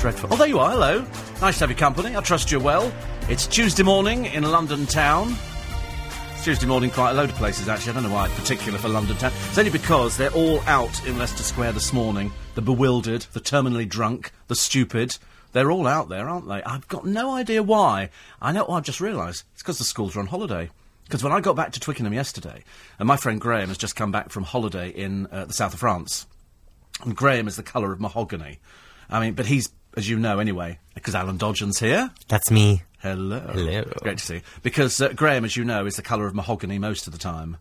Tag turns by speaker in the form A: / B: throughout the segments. A: dreadful. Oh, there you are. Hello. Nice to have your company. I trust you're well. It's Tuesday morning in London town. It's Tuesday morning, quite a load of places actually. I don't know why it's particular for London town. It's only because they're all out in Leicester Square this morning. The bewildered, the terminally drunk, the stupid. They're all out there, aren't they? I've got no idea why. I know. I've just realised it's because the schools are on holiday. Because when I got back to Twickenham yesterday, and my friend Graham has just come back from holiday in uh, the south of France, and Graham is the colour of mahogany. I mean, but he's, as you know anyway, because Alan Dodgen's here.
B: That's me.
A: Hello.
B: Hello.
A: Great to see you. Because uh, Graham, as you know, is the colour of mahogany most of the time.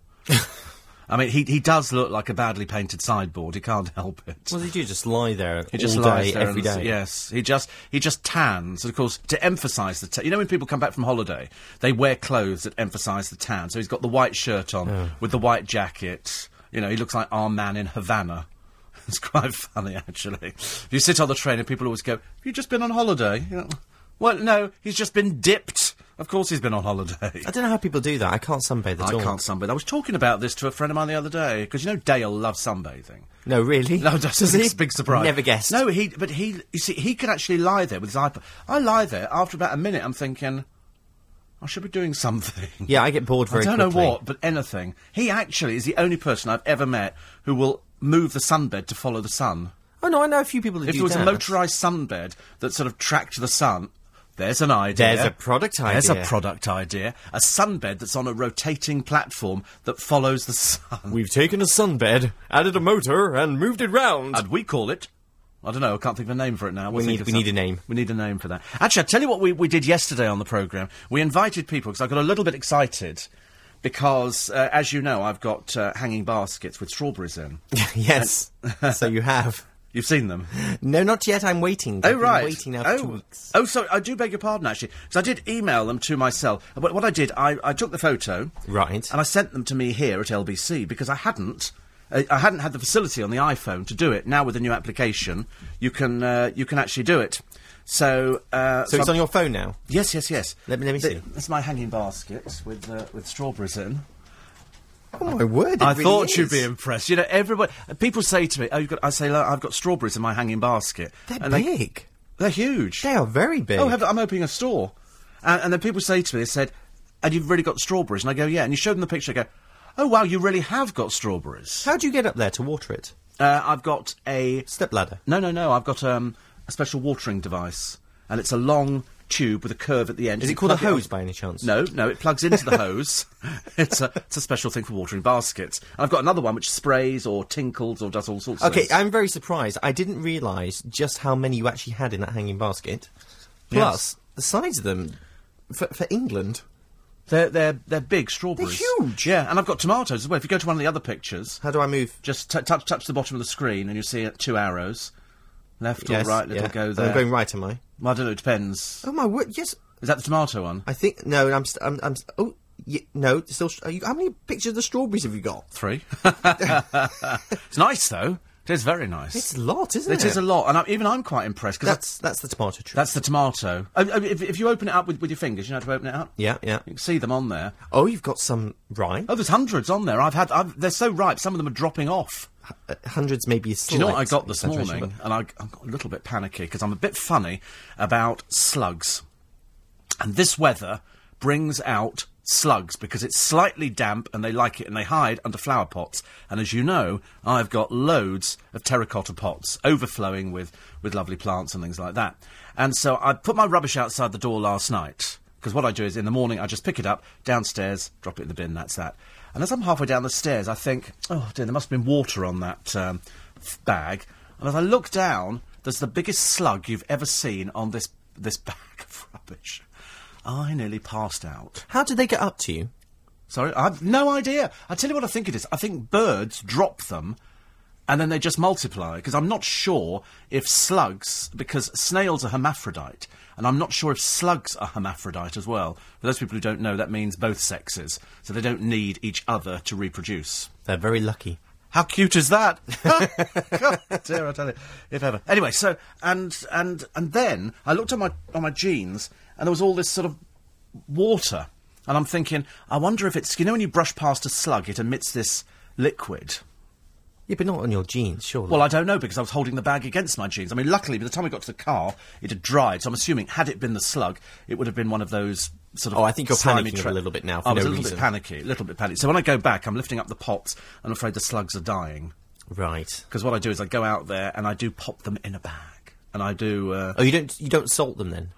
A: I mean, he, he does look like a badly painted sideboard. He can't help it.
B: Well, did you just lie there
A: He just
B: all
A: lies
B: day,
A: there
B: every
A: and-
B: day?
A: Yes, he just he just tans, and of course to emphasise the. Ta- you know when people come back from holiday, they wear clothes that emphasise the tan. So he's got the white shirt on with the white jacket. You know, he looks like our man in Havana. It's quite funny actually. If you sit on the train and people always go, "Have you just been on holiday?" You know, well, no, he's just been dipped. Of course, he's been on holiday.
B: I don't know how people do that. I can't sunbathe at
A: I
B: all.
A: can't sunbathe. I was talking about this to a friend of mine the other day because you know Dale loves sunbathing.
B: No, really?
A: No, that's
B: Does
A: a big,
B: he?
A: big surprise.
B: Never guessed.
A: No, he. But he. You see, he could actually lie there with his iPad. I lie there after about a minute. I'm thinking, I should be doing something.
B: Yeah, I get bored very
A: I don't
B: quickly.
A: know what, but anything. He actually is the only person I've ever met who will move the sunbed to follow the sun.
B: Oh, no, I know a few people that
A: If
B: do
A: there was
B: that.
A: a motorised sunbed that sort of tracked the sun, there's an idea.
B: There's a product
A: There's a
B: idea.
A: product idea. A sunbed that's on a rotating platform that follows the sun.
B: We've taken a sunbed, added a motor, and moved it round.
A: And we call it. I don't know. I can't think of a name for it now. We'll
B: We
A: think
B: need-
A: of
B: we need
A: something.
B: a name.
A: We need a name for that. Actually, I'll tell you what we, we did yesterday on the programme. We invited people because I got a little bit excited because, uh, as you know, I've got uh, hanging baskets with strawberries in.
B: yes. so you have.
A: You've seen them.
B: No, not yet. I'm waiting.
A: Oh,
B: I've been
A: right.
B: waiting now for
A: oh.
B: two weeks.
A: Oh, sorry. I do beg your pardon, actually. Because I did email them to myself. But what I did, I, I took the photo.
B: Right.
A: And I sent them to me here at LBC because I hadn't. uh, I I hadn't had the facility on the iPhone to do it. Now with the new application, you can uh, you can actually do it. So, uh,
B: So it's
A: I'm-
B: on your phone now?
A: yes, yes, yes.
B: Let me- let me
A: Th-
B: see.
A: That's my hanging basket with uh, with strawberries in.
B: Oh, my word.
A: I thought you'd be impressed. You know, everybody. People say to me, "Oh, you've got." I say, "Look, "I've got strawberries in my hanging basket."
B: They're
A: And They,
B: big.
A: they're huge.
B: They are very big.
A: Oh, have, I'm opening a store. And, and then people say to me, they said, and you've really got strawberries? And I go, yeah. And you show them the picture, I go, oh, wow, you really have got strawberries.
B: How do you get up there to water it?
A: Uh, I've got a.
B: Step ladder.
A: No, no, no. I've got um, a special watering device. And it's a long tube with a curve at the end.
B: Is it
A: You
B: called a
A: plug
B: hose
A: up-
B: by any chance?
A: No, no, it plugs into the hose. It's a, it's a special thing for watering baskets. And I've got another one which sprays or tinkles or does all sorts of
B: Okay,
A: things.
B: I'm very surprised. I didn't realise just how many you actually had in that hanging basket. Plus, the size of them for, for England.
A: They're, they're, they're big strawberries.
B: huge.
A: Yeah, and I've got tomatoes as well. If you go to one of the other pictures,
B: How do I move?
A: Just t- touch touch the bottom of the screen, and you see uh, two arrows, left
B: Yes,
A: or right. Little
B: yeah.
A: go
B: And
A: there.
B: I'm going right, am I?
A: Well, I don't know. It depends.
B: Oh my word! Yes,
A: Is that the tomato one?
B: I think no. I'm. St- I'm, I'm st- oh ye- no. Still, st- are you, how many pictures of the strawberries have you got?
A: Three. it's nice though. It is very nice.
B: It's a lot, isn't
A: it
B: it?
A: is a lot, and I, even I'm quite impressed because that's
B: That's that's the tomato tree.
A: that's the tomato. Oh, oh, if, if you open it up with, with your fingers, you know how to open it up.
B: yeah, yeah.
A: You can see them on there.
B: Oh, you've got some rye.
A: Oh, there's hundreds on there. I've had. I've, they're so ripe. Some of them are dropping off.
B: Uh, hundreds, maybe. a
A: Do you know what I
B: slight
A: got this
B: exaggeration,
A: morning?
B: but-
A: And I, I got a little bit panicky because I'm a bit funny about slugs. And this weather brings out slugs because it's slightly damp and they like it and they hide under flower pots. And as you know, I've got loads of terracotta pots overflowing with, with lovely plants and things like that. And so I put my rubbish outside the door last night because what I do is in the morning I just pick it up downstairs, drop it in the bin, that's that. And as I'm halfway down the stairs, I think, oh dear, there must have been water on that um, f- bag. And as I look down, there's the biggest slug you've ever seen on this this bag of rubbish. I nearly passed out.
B: How did they get up to you?
A: Sorry, I've no idea. I tell you what I think it is. I think birds drop them, and then they just multiply. Because I'm not sure if slugs, because snails are hermaphrodite, and I'm not sure if slugs are hermaphrodite as well. For those people who don't know, that means both sexes, so they don't need each other to reproduce.
B: They're very lucky.
A: How cute is that? God, dear, I tell you, if ever. Anyway, so and and and then I looked on my on my jeans, and there was all this sort of water, and I'm thinking, I wonder if it's you know when you brush past a slug, it emits this liquid.
B: Yeah, but not on your jeans, surely.
A: Well, I don't know because I was holding the bag against my jeans. I mean, luckily, by the time I got to the car, it had dried. So I'm assuming, had it been the slug, it would have been one of those sort of.
B: Oh, I think you're
A: slimy
B: panicking
A: tra-
B: a little bit now for
A: I was
B: no
A: a little
B: reason.
A: bit panicky, a little bit panicky. So when I go back, I'm lifting up the pots. and I'm afraid the slugs are dying
B: right.
A: because what I do is I go out there and I do pop them in a bag. And I do. Uh,
B: Oh, you don't you don't salt them then?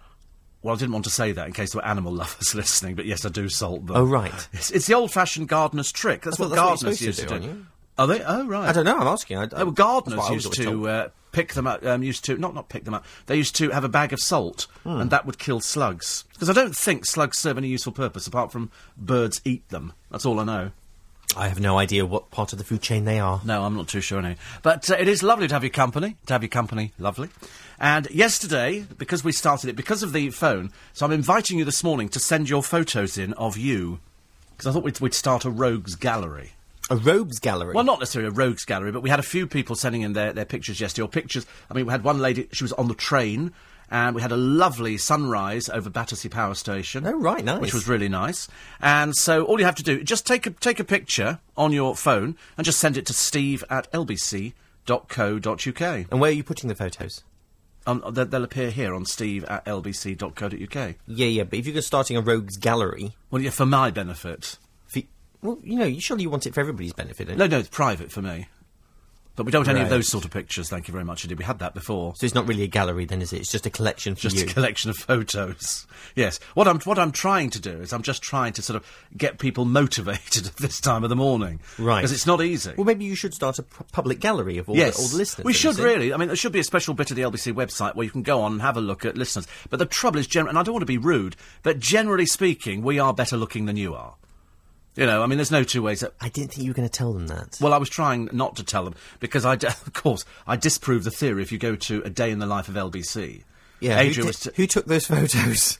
A: well, I didn't want to say that in case there were animal lovers listening, but yes, I do salt them.
B: Oh, right.
A: It's, it's the old-fashioned gardener's trick. That's,
B: I thought
A: what
B: that's what you're
A: gardeners used
B: supposed to
A: to
B: do,
A: do.
B: aren't you?
A: Are they? Oh, right.
B: I don't know. I'm asking. I, I,
A: No, well,
B: that's what
A: gardeners
B: I
A: used
B: was always
A: to
B: told.
A: uh, pick them up. Um, used to not not pick them up. They used to have a bag of salt,
B: Hmm.
A: and that would kill slugs. Because I don't think slugs serve any useful purpose apart from birds eat them. That's all I know.
B: uh, I have no idea what part of the food chain they are.
A: No, I'm not too sure. Anyway. But uh, it is lovely to have your company. To have your company, lovely. And yesterday, because we started it because of the phone, so I'm inviting you this morning to send your photos in of you. Because I thought we'd, we'd start a rogues gallery.
B: A robes gallery.
A: Well, not necessarily a rogues gallery, but we had a few people sending in their, their pictures yesterday, or pictures. I mean, we had one lady, she was on the train, and we had a lovely sunrise over Battersea Power Station.
B: Oh, right, nice.
A: Which was really nice. And so all you have to do, just take a, take a picture on your phone and just send it to steve at lbc.co.uk.
B: and where are you putting the photos?
A: Um, they, they'll appear here on steve at lbc.co.uk.
B: Yeah, yeah. But if you're starting a rogues gallery,
A: Well, yeah, for my benefit.
B: for, well, you know, you surely you want it for everybody's benefit. don't you?
A: No, no, it's private for me. But we don't want any of
B: Right.
A: those sort of pictures, thank you very much indeed. We had that before.
B: So it's not really a gallery then, is it? It's just a collection for
A: just
B: you.
A: a collection of photos. Yes, what I'm what I'm trying to do is I'm just trying to sort of get people motivated at this time of the morning,
B: Right.
A: Because it's not easy.
B: well, maybe you should start a p- public gallery of all,
A: yes,
B: the, all the listeners.
A: we
B: then,
A: should
B: you see.
A: really. I mean, there should be a special bit of the LBC website where you can go on and have a look at listeners. But the trouble is, generally, and I don't want to be rude, but generally speaking, we are better looking than you are. You know, I mean, there's no two ways. That,
B: I didn't think you were going to tell them that.
A: well, I was trying not to tell them because I, d- of course, I disprove the theory. If you go to a day in the life of LBC,
B: yeah, who,
A: Adrian
B: did-
A: was t-
B: who took those photos?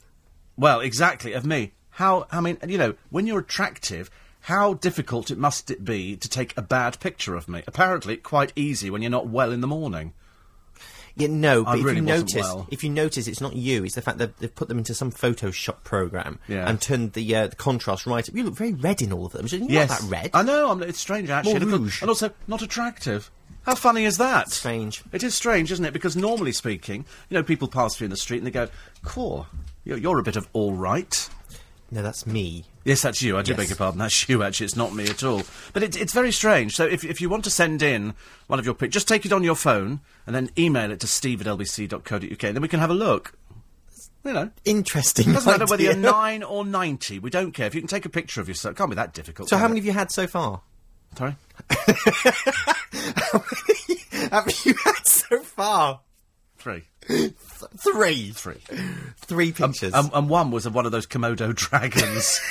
A: Well, exactly of me. How I mean, you know, when you're attractive, how difficult it must it be to take a bad picture of me? Apparently, quite easy when you're not well in the morning.
B: Yeah, no, but if
A: really
B: you
A: wasn't
B: notice,
A: well.
B: if you notice, it's not you. It's the fact that they've put them into some Photoshop program
A: Yeah.
B: and turned the, uh, the contrast right up. You look very red in all of them. So you're not that red.
A: I know. I'm, it's strange actually,
B: More
A: And of
B: rouge.
A: course- and also not attractive. How funny is that?
B: Strange.
A: It is strange, isn't it? Because normally speaking, you know, people pass through in the street and they go, "Core, you're, you're a bit of all right."
B: no, that's me.
A: Yes, that's you. I do
B: Yes.
A: beg your pardon. That's you, actually. It's not me at all. But it, it's very strange. So if, if you want to send in one of your pictures, just take it on your phone and then email it to steve at lbc.co.uk and then we can have a look. You know,
B: Interesting.
A: doesn't matter whether you're
B: idea.
A: 9 or 90. We don't care. If you can take a picture of yourself, it can't be that difficult.
B: So,
A: can
B: how
A: it?
B: many have you had so far?
A: Sorry?
B: have you had so far?
A: Three.
B: Three.
A: Three.
B: Three pictures.
A: And, and one was of one of those Komodo dragons,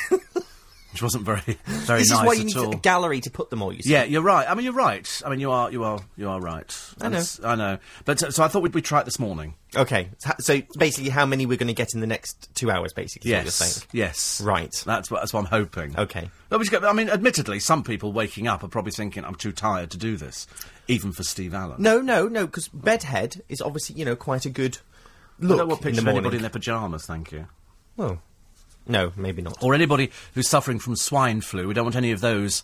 A: which wasn't very, very
B: this
A: nice
B: is why
A: at
B: you need
A: all.
B: a gallery to put them all. You see.
A: Yeah, you're right. I mean, you're right. I mean, you are, you are, you are right.
B: I know.
A: It's- I know. But uh, so I thought we'd, we'd try it this morning.
B: Okay. So- So basically, how many we're going to get in the next two hours? Basically, is what you're saying.
A: Yes. Yes.
B: Right.
A: That's what, that's what I'm hoping.
B: Okay.
A: Well, we just go- I mean, admittedly, some people waking up are probably thinking, I'm too tired to do this, even for Steve Allen.
B: No, no, no. Because bedhead is obviously you know quite a good
A: I
B: look
A: don't want
B: in
A: pictures
B: the
A: of anybody in
B: morning.
A: their pyjamas, thank you.
B: Well, no, maybe not.
A: Or anybody who's suffering from swine flu. We don't want any of those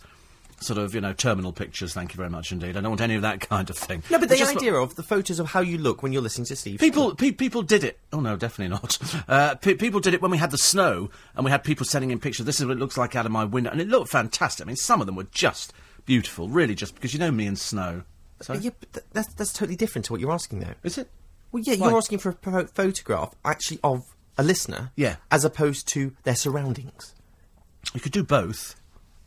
A: sort of, you know, terminal pictures, thank you very much indeed. I don't want any of that kind of thing.
B: No, but the
A: It's just-
B: idea of the photos of how you look when you're listening to Steve.
A: People, pe- people did it. Oh no, definitely not. Uh, pe- people did it when we had the snow, and we had people sending in pictures. This is what it looks like out of my window, and it looked fantastic. I mean, some of them were just beautiful, really, just because you know me and snow. So
B: Yeah, but th- that's that's totally different to what you're asking though.
A: is it?
B: Well, yeah,
A: Why?
B: you're asking for a pho- photograph actually of a listener.
A: Yeah.
B: As opposed to their surroundings.
A: You could do both.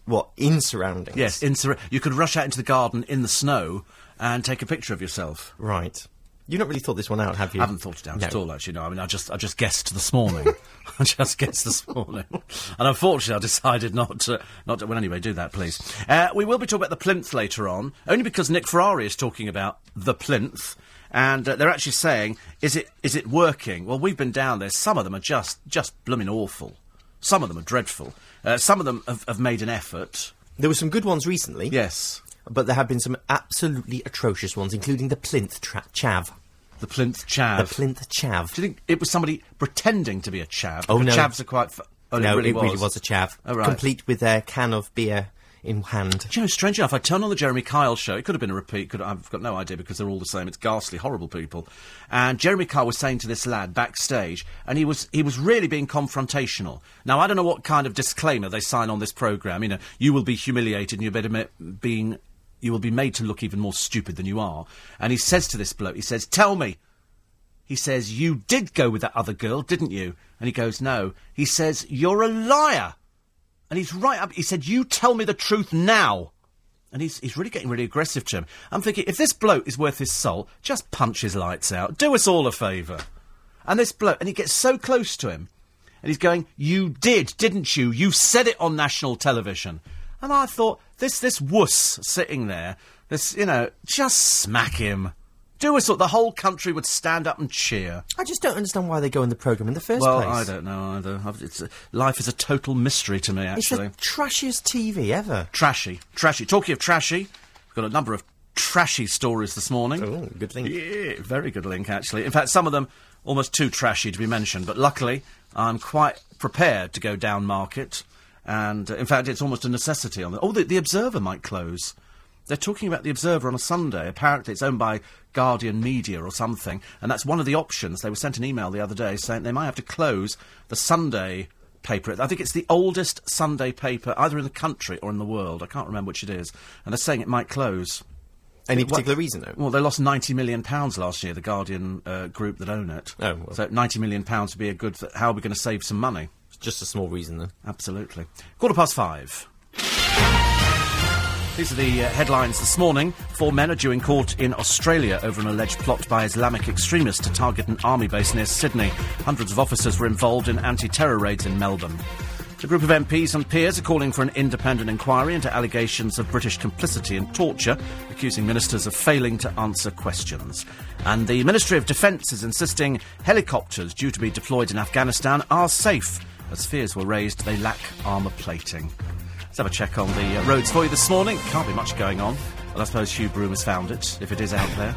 B: What in surroundings?
A: Yes, in Sur- you could rush out into the garden in the snow and take a picture of yourself.
B: Right. You've not really thought this one out, have you?
A: I haven't thought it out
B: No.
A: at all, actually. No, I mean, I just, I just guessed this morning. I just guessed this morning, and unfortunately, I decided not to, not to. Well, anyway, do that, please. Uh, we will be talking about the plinth later on, only because Nick Ferrari is talking about the plinth, and uh, they're actually saying, "Is it, is it working?" Well, we've been down there. Some of them are just, just blooming awful. Some of them are dreadful. Uh, some of them have, have made an effort.
B: There were some good ones recently.
A: Yes,
B: But there have been some absolutely atrocious ones, including the plinth tra- chav.
A: the plinth chav.
B: The plinth chav.
A: Do you think it was somebody pretending to be a chav?
B: Oh,
A: Because
B: no.
A: Chavs are quite. F- oh,
B: no,
A: it really was.
B: a chav.
A: Oh, right.
B: Complete with their can of beer in hand.
A: Do you know, strange enough, I turned on the Jeremy Kyle show. It could have been a repeat. Could I've got no idea because they're all the same. It's ghastly, horrible people. And Jeremy Kyle was saying to this lad backstage, and he was he was really being confrontational. Now I don't know what kind of disclaimer they sign on this program. You know, you will be humiliated, and you better ma- being you will be made to look even more stupid than you are. And he says to this bloke, he says, "Tell me." He says, "You did go with that other girl, didn't you?" And he goes, "No." He says, "You're a liar." And he's right up. He said, "You tell me the truth now." And he's he's really getting really aggressive to him. I'm thinking, if this bloke is worth his soul, just punch his lights out. Do us all a favour. And this bloke, and he gets so close to him, and he's going, "You did, didn't you? You said it on national television." And I thought, this this wuss sitting there, this you know, just smack him. Do us all. The whole country would stand up and cheer.
B: I just don't understand why they go in the program in the first
A: Well,
B: place.
A: I don't know either. I've, it's, uh, life is a total mystery to me,
B: It's
A: actually.
B: the trashiest TV ever.
A: Trashy, trashy. Talking of trashy, we've got a number of trashy stories this morning.
B: Oh, good thing.
A: Yeah, very good link, actually. In fact, some of them almost too trashy to be mentioned, but luckily I'm quite prepared to go down market. And uh, in fact, it's almost a necessity. On the, oh, the, the Observer might close. They're talking about the Observer on a Sunday. Apparently, it's owned by Guardian Media or something, and that's one of the options. They were sent an email the other day saying they might have to close the Sunday paper. I think it's the oldest Sunday paper either in the country or in the world. I can't remember which it is, and they're saying it might close.
B: Any
A: What-
B: particular reason, though?
A: Well, they lost ninety million pounds last year. The Guardian uh, group that own it.
B: Oh, well.
A: so ninety million pounds would be a good. Th- how are we going to save some money?
B: It's just a small reason, then.
A: Absolutely. Quarter past five. These are the uh, headlines this morning. Four men are due in court in Australia over an alleged plot by Islamic extremists to target an army base near Sydney. Hundreds of officers were involved in anti terror raids in Melbourne. A group of MPs and peers are calling for an independent inquiry into allegations of British complicity in torture, accusing ministers of failing to answer questions. And the Ministry of Defence is insisting helicopters due to be deployed in Afghanistan are safe. As fears were raised, they lack armour plating. Let's have a check on the uh, roads for you this morning. Can't be much going on. Well, I suppose Hugh Broom has found it, if it is out there.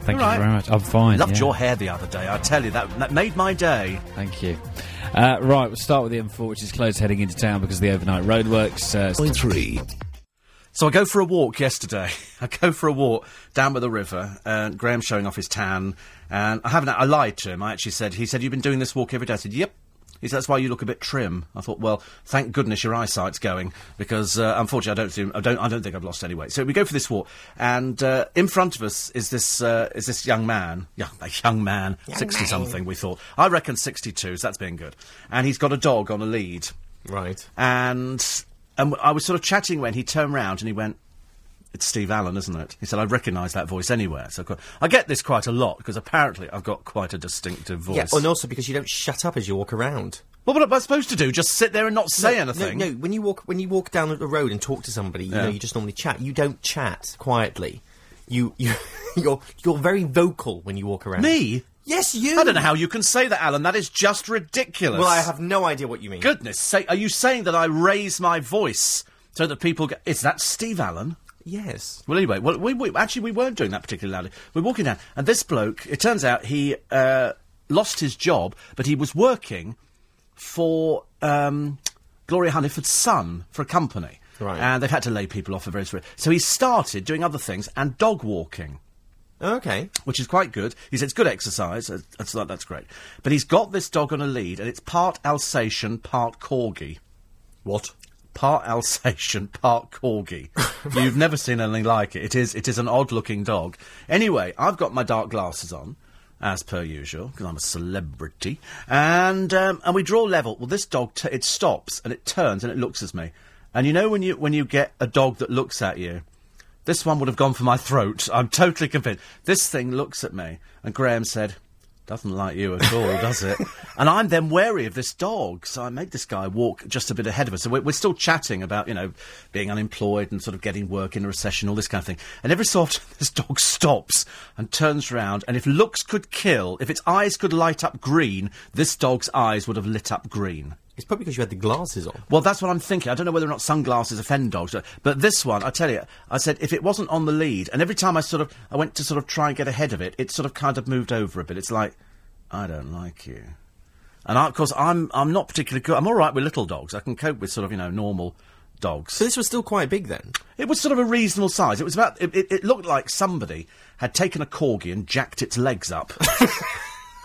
C: Thank
A: All right.
C: you very much. I'm fine.
A: Loved
C: yeah.
A: your hair the other day. I tell you, that, that made my day.
C: Thank you. Uh, right, we'll start with the M4, which is closed heading into town because of the overnight roadworks. Uh,
D: Point three.
A: So I go for a walk yesterday. I go for a walk down by the river, and Graham's showing off his tan. And I haven't. I lied to him. I actually said. He said, "You've been doing this walk every day." I said, "Yep." He said, "That's why you look a bit trim." I thought, "Well, thank goodness your eyesight's going because uh, unfortunately, I don't, think, I don't. I don't think I've lost any weight." So we go for this walk, and uh, in front of us is this uh, is this young man, young a young man, sixty something. We thought. I reckon sixty two. So that's being good. And he's got a dog on a lead
B: Right.
A: and and I was sort of chatting when he turned round and he went, "It's Steve Allen, isn't it?" He said, "I recognise that voice anywhere." So of course- I get this quite a lot because apparently I've got quite a distinctive voice.
B: Yeah, oh, and also because you don't shut up as you walk around.
A: Well, what am I supposed to do? Just sit there and not say anything?
B: No, no, when you walk when you walk down the road and talk to somebody, you know, you just normally chat. You don't chat quietly. You you you're you're very vocal when you walk around.
A: Me?
B: Yes, you.
A: I don't know how you can say that, Alan. That is just ridiculous.
B: Well, I have no idea what you mean.
A: Goodness sake, are you saying that I raise my voice so that people go, Is that Steve Allen?
B: Yes.
A: Well, anyway, well, we, we actually we weren't doing that particularly loudly. We're walking down, and this bloke. It turns out he uh, lost his job, but he was working for um, Gloria Honeyford's son for a company,
B: Right.
A: And they've had to lay people off for various reasons. So he started doing other things and dog walking
B: Okay.
A: which is quite good. He said it's good exercise. uh, That's, that's great. But he's got this dog on a lead, and it's part Alsatian, part Corgi. What? Part Alsatian, part Corgi. You've never seen anything like it. It is, it is an odd-looking dog. Anyway, I've got my dark glasses on, as per usual, because I'm a celebrity. And um, and we draw level. Well, this dog t- it stops and it turns and it looks at me. And you know when you when you get a dog that looks at you, this one would have gone for my throat. I'm totally convinced. This thing looks at me, and Graham said, doesn't like you at all, does it? And I'm then wary of this dog, so I made this guy walk just a bit ahead of us. So we're, we're still chatting about, you know, being unemployed and sort of getting work in a recession, all this kind of thing. And every so often, this dog stops and turns round, and if looks could kill, if its eyes could light up green, this dog's eyes would have lit up green.
B: It's probably because you had the glasses on.
A: Well, that's what I'm thinking. I don't know whether or not sunglasses offend dogs, but this one, I tell you, I said if it wasn't on the lead, and every time I sort of, I went to sort of try and get ahead of it, it sort of kind of moved over a bit. It's like, I don't like you, and I, of course I'm I'm not particularly good. I'm all right with little dogs. I can cope with sort of you know normal dogs.
B: So this was still quite big then.
A: It was sort of a reasonable size. It was about. It, it, it looked like somebody had taken a corgi and jacked its legs up.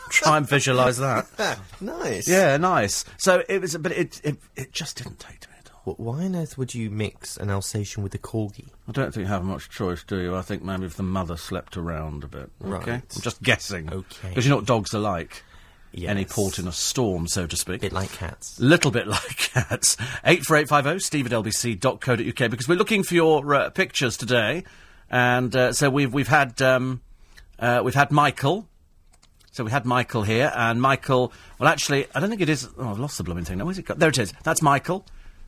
A: Try and visualise that.
B: Ah, nice.
A: Yeah, nice. So it was, but it it, it just didn't take to me at all.
B: Wh- Why on earth would you mix an Alsatian with a corgi?
A: I don't think you have much choice, do you? I think maybe if the mother slept around a bit. Okay?
B: Right.
A: I'm just guessing.
B: Okay.
A: Because you know what dogs are like. Any
B: Yes.
A: port in a storm, so to speak.
B: bit like cats.
A: Little bit like cats. 84850 oh, steve at lbc.co.uk because we're looking for your uh, pictures today. And uh, so we've, we've, had, um, uh, we've had Michael. So we had Michael here, and Michael. Well, actually, I don't think it is. Oh, I've lost the blooming thing now. Where's it got? There it is. That's Michael.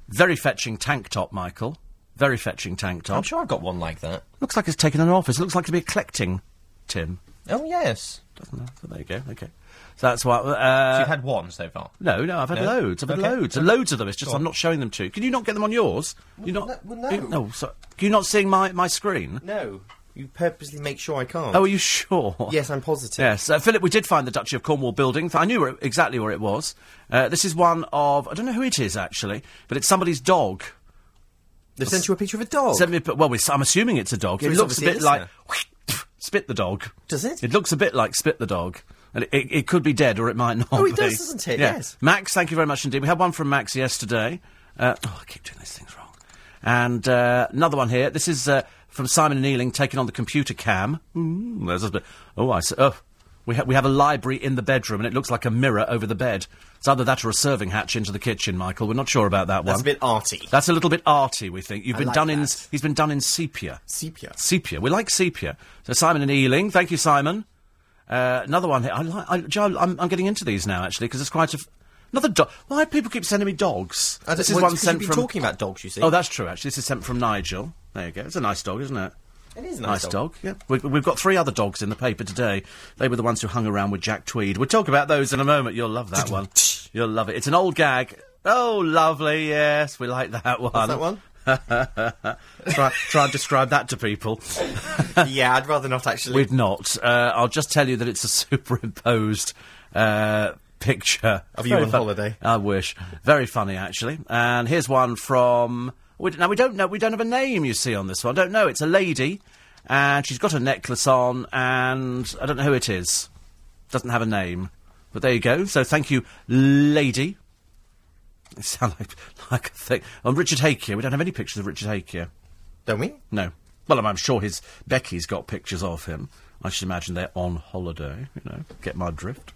A: Very fetching tank top, Michael. Very fetching tank top.
B: I'm sure I've got one like that.
A: Looks like it's taken an office. It looks like to be collecting, Tim.
B: Oh yes,
A: Doesn't it? So there you go. Okay. So that's why.
D: So
A: Uh,
D: you've had one so far.
A: no, no, I've had
D: No?
A: loads. I've had
D: Okay.
A: loads. Loads of them. It's just
D: Go
A: I'm
D: on.
A: not showing them to you. Can you not get them on yours? You're not.
B: well, no.
A: You- no, so, you're not seeing my, my screen?
B: No, you purposely make sure I can't.
A: Oh, are you sure?
B: yes, I'm positive.
A: Yes, uh, Philip, we did find the Duchy of Cornwall building. I knew where it- exactly where it was. Uh, this is one of, I don't know who it is actually, but it's somebody's dog.
B: They've sent you a picture of a dog.
A: Sent me a pi- well, we, I'm assuming it's a dog. it
B: it's
A: looks a bit
B: obviously a
A: like Spit the Dog.
B: Does it?
A: It looks a bit like Spit the Dog. And it, it, it could be dead or it might not
B: Oh, it
A: be.
B: does, doesn't it?
A: Yeah.
B: Yes.
A: Max, thank you very much indeed. We had one from Max yesterday. Uh, oh, I keep doing these things wrong. And uh, another one here. This is uh, from Simon Neeling taking on the computer cam. Mm, there's a bit. Oh, I see. Oh. We, ha- we have a library in the bedroom and it looks like a mirror over the bed. It's either that or a serving hatch into the kitchen, Michael. We're not sure about that one.
B: That's a bit arty.
A: That's a little bit arty, we think. You've
B: I
A: been
B: like
A: done in.
B: that.
A: He's been done in sepia.
B: Sepia.
A: Sepia. We like sepia. So Simon and Ealing. Thank you, Simon. Uh, another one here. I like. I, Joe, I'm, I'm getting into these now actually because it's quite a. F- another dog. Why do people keep sending me dogs?
B: I don't-
A: This is
B: well,
A: one
B: it's 'cause
A: sent
B: you've
A: from.
B: been talking about dogs. You see,
A: oh, that's true. Actually, this is sent from Nigel. There you go. It's a nice dog, isn't it?
B: it is a
A: Nice dog. Yeah. We've, we've got three other dogs in the paper today. They were the ones who hung around with Jack Tweed. We'll talk about those in a moment. You'll love that one. You'll love it. It's an old gag. Oh, lovely. Yes, we like that one.
B: that one?
A: try, try and describe that to people.
B: yeah, I'd rather not actually.
A: We'd not. Uh, I'll just tell you that it's a superimposed uh, picture
B: Of you
A: Very
B: on holiday.
A: I wish. Very funny, actually. And here's one from. We, now we don't know. We don't have a name. You see on this one. I don't know. It's a lady, and she's got a necklace on, and I don't know who it is. Doesn't have a name. But there you go. So thank you, lady. It sound like like a thing. On Richard Hake here. We don't have any pictures of Richard Hake here.
B: Don't we?
A: No. Well, I'm, I'm sure his Becky's got pictures of him. I should imagine they're on holiday. You know, get my drift.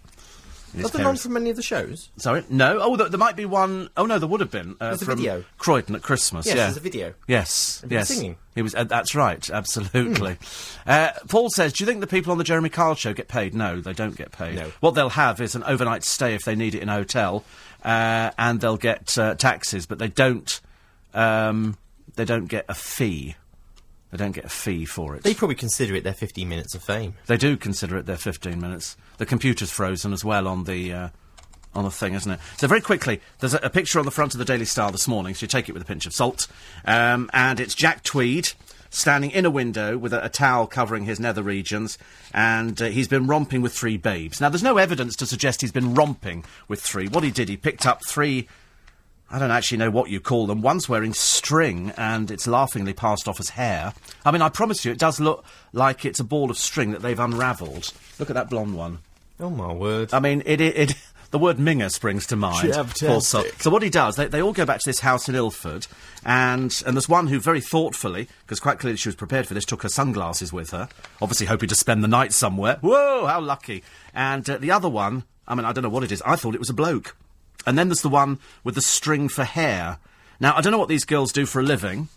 A: His
B: Is there none
A: parents-
B: from any of the shows?
A: Sorry, no. Oh, there, there might be one oh no, there would have been. Uh,
B: There's a
A: from
B: video.
A: Croydon at Christmas.
B: Yes,
A: yeah.
B: there's a video.
A: Yes,
B: Of him
A: yes.
B: singing. Hmm.
A: He was. Uh, that's right. Absolutely. Uh, Paul says, "Do you think the people on the Jeremy Kyle show get paid? No, they don't get paid.
B: No.
A: What they'll have is an overnight stay if they need it in a hotel, uh, and they'll get uh, taxes, but they don't. Um, they don't get a fee. They don't get a fee for it.
B: They probably consider it their 15 minutes of fame.
A: They do consider it their 15 minutes. The computer's frozen as well on the uh, on the thing, isn't it? So very quickly, there's a, a picture on the front of the Daily Star this morning, so you take it with a pinch of salt, um, and it's Jack Tweed standing in a window with a, a towel covering his nether regions, and uh, he's been romping with three babes. Now, there's no evidence to suggest he's been romping with three. What he did, he picked up three. I don't actually know what you call them. One's wearing string and it's laughingly passed off as hair. I mean, I promise you, it does look like it's a ball of string that they've unravelled. Look at that blonde one.
B: Oh my word!
A: I mean, it. it, it the word minger springs to mind.
B: Jabtastic.
A: Poor soul. So what he does, they, they all go back to this house in Ilford, and and there's one who very thoughtfully, because quite clearly she was prepared for this, took her sunglasses with her, obviously hoping to spend the night somewhere. Whoa, how lucky! And uh, the other one, I mean, I don't know what it is. I thought it was a bloke, and then there's the one with the string for hair. Now I don't know what these girls do for a living.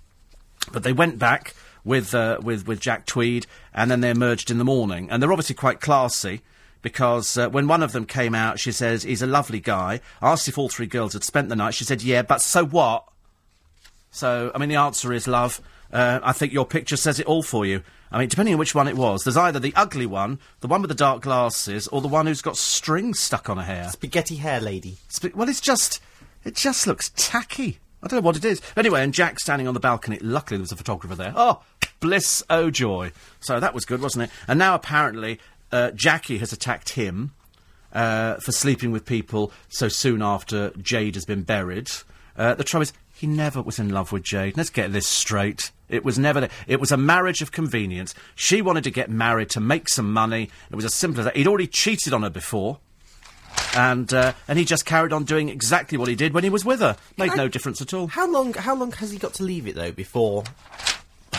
A: But they went back with uh, with with Jack Tweed, and then they emerged in the morning, and they're obviously quite classy. Because uh, when one of them came out, she says, he's a lovely guy. Asked if all three girls had spent the night. She said, yeah, but so what? So, I mean, the answer is love. Uh, I think your picture says it all for you. I mean, depending on which one it was, there's either the ugly one, the one with the dark glasses, or the one who's got strings stuck on her hair.
B: Spaghetti hair lady.
A: Sp- Well, it's just, it just looks tacky. I don't know what it is. Anyway, and Jack standing on the balcony. Luckily, there was a photographer there. Oh, bliss, oh joy. So that was good, wasn't it? And now apparently, uh, Jackie has attacked him uh, for sleeping with people so soon after Jade has been buried. Uh, the trouble is, He never was in love with Jade. Let's get this straight. It was never. th- It was a marriage of convenience. She wanted to get married to make some money. It was as simple as that. He'd already cheated on her before, and uh, and he just carried on doing exactly what he did when he was with her. Made
B: I-
A: no difference at all.
B: How long? How long has he got to leave it though before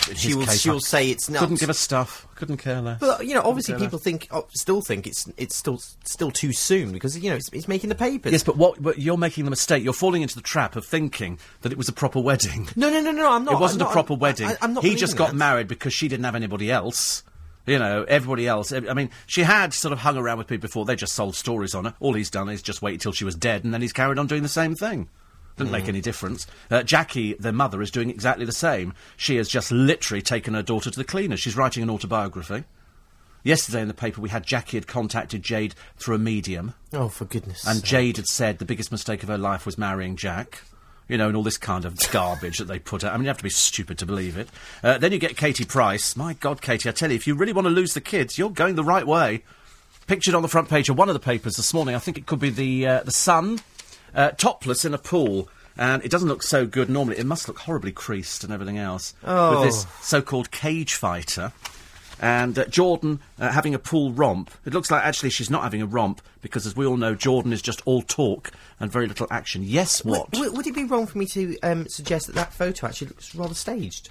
A: In
B: she
A: his
B: will?
A: case,
B: She
A: I
B: will say it's not.
A: Couldn't give a stuff. Couldn't care less.
B: But you know, obviously,
A: Couldn't care
B: people think, oh, still think it's it's still still too soon because you know it's, it's making the papers.
A: Yes, but what? But you're making the mistake. You're falling into the trap of thinking that it was a proper wedding.
B: No, no, no, no. I'm not.
A: it wasn't
B: I'm
A: a
B: not-
A: proper
B: I-
A: wedding.
B: I, am not.
A: he just got
B: believing that.
A: married because she didn't have anybody else. You know, everybody else. I I mean, she had sort of hung around with people before. They just sold stories on her. All he's done is just waited till she was dead, and then he's carried on doing the same thing. Didn't
B: Hmm.
A: make any difference. Uh, Jackie, their mother, is doing exactly the same. She has just literally taken her daughter to the cleaner. She's writing an autobiography. Yesterday in the paper, we had Jackie had contacted Jade through a medium.
B: Oh, for goodness.
A: And
B: sake.
A: Jade had said the biggest mistake of her life was marrying Jack. You know, and all this kind of garbage that they put out. I mean, you have to be stupid to believe it. Uh, then you get Katie Price. My God, Katie, I tell you, if you really want to lose the kids, you're going the right way. Pictured on the front page of one of the papers this morning, I think it could be the uh, the Sun, uh, topless in a pool, and it doesn't look so good normally. It must look horribly creased and everything else
B: Oh.
A: with this so-called cage fighter. And uh, Jordan uh, having a pool romp. It looks like actually she's not having a romp because, as we all know, Jordan is just all talk and very little action. Yes,
B: Would-
A: what?
B: Would, would it be wrong for me to um, suggest that that photo actually looks rather staged?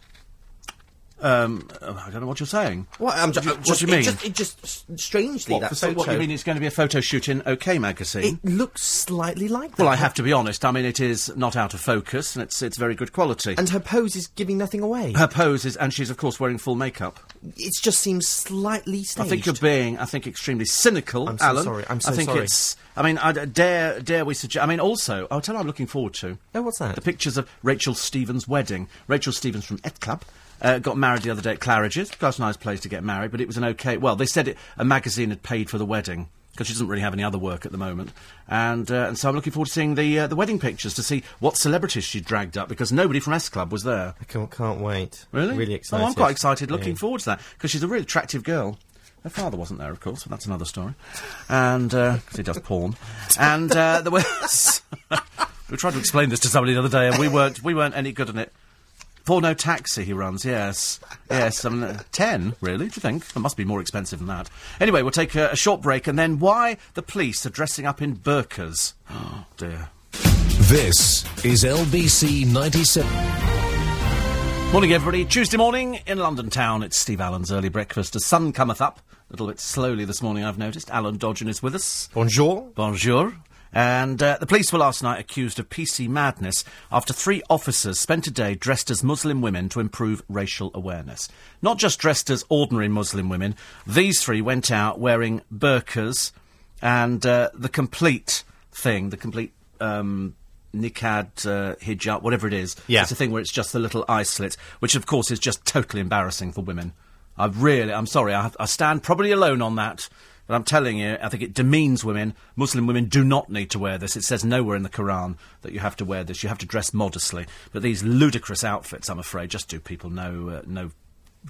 A: um, uh, I don't know what you're saying.
B: What, I'm ju-
A: What do you-
B: uh,
A: what
B: just,
A: do you mean?
B: It just, it just s- strangely
A: What,
B: that
A: for so-
B: photo.
A: what you mean? It's going to be a photo shoot in OK magazine.
B: it looks slightly like that.
A: well, I have to be honest. I mean, it is not out of focus and it's it's very good quality.
B: And her pose is giving nothing away.
A: her pose is, and she's of course wearing full makeup.
B: It just seems slightly
A: I
B: staged.
A: think you're being, I think, extremely cynical,
B: I'm so
A: Alan.
B: sorry, I'm so
A: I think
B: sorry.
A: it's. I mean, I d- dare, dare we suggest? I mean, also, I'll tell you, what I'm looking forward to.
B: Oh, what's that?
A: The pictures of Rachel Stevens' wedding. Rachel Stevens from Et Club. Uh, got married the other day at Claridge's. That's a nice place to get married, but it was an okay. Well, they said it, a magazine had paid for the wedding because she doesn't really have any other work at the moment, and uh, and so I'm looking forward to seeing the uh, the wedding pictures to see what celebrities she dragged up because nobody from S Club was there.
B: I can't, can't wait.
A: Really?
B: Really excited.
A: Oh, I'm quite excited. Looking
B: Yeah.
A: forward to that because she's a really attractive girl. Her father wasn't there, of course, but that's another story. And because he does porn, and uh, there was we tried to explain this to somebody the other day, and we weren't we weren't any good at it. Porno taxi he runs, yes. Yes, I mean, uh, 10, really, do you think? It must be more expensive than that. Anyway, we'll take a, a short break, and then why the police are dressing up in burqas. Oh, dear.
D: This is LBC 97.
A: Morning, everybody. Tuesday morning in London town. It's Steve Allen's early breakfast. The sun cometh up a little bit slowly this morning, I've noticed. Alan Dodgen is with us.
B: Bonjour.
A: Bonjour. And uh, the police were last night accused of PC madness after three officers spent a day dressed as Muslim women to improve racial awareness. Not just dressed as ordinary Muslim women, these three went out wearing burqas and uh, the complete thing, the complete um, niqab, uh, hijab, whatever it is.
B: Yeah.
A: It's a thing where it's just the little eye slit, which of course is just totally embarrassing for women. I really, I'm sorry, I, have- I stand probably alone on that, but I'm telling you, I think it demeans women. Muslim women do not need to wear this. It says nowhere in the Quran that you have to wear this. You have to dress modestly. But these ludicrous outfits, I'm afraid, just do people no uh, no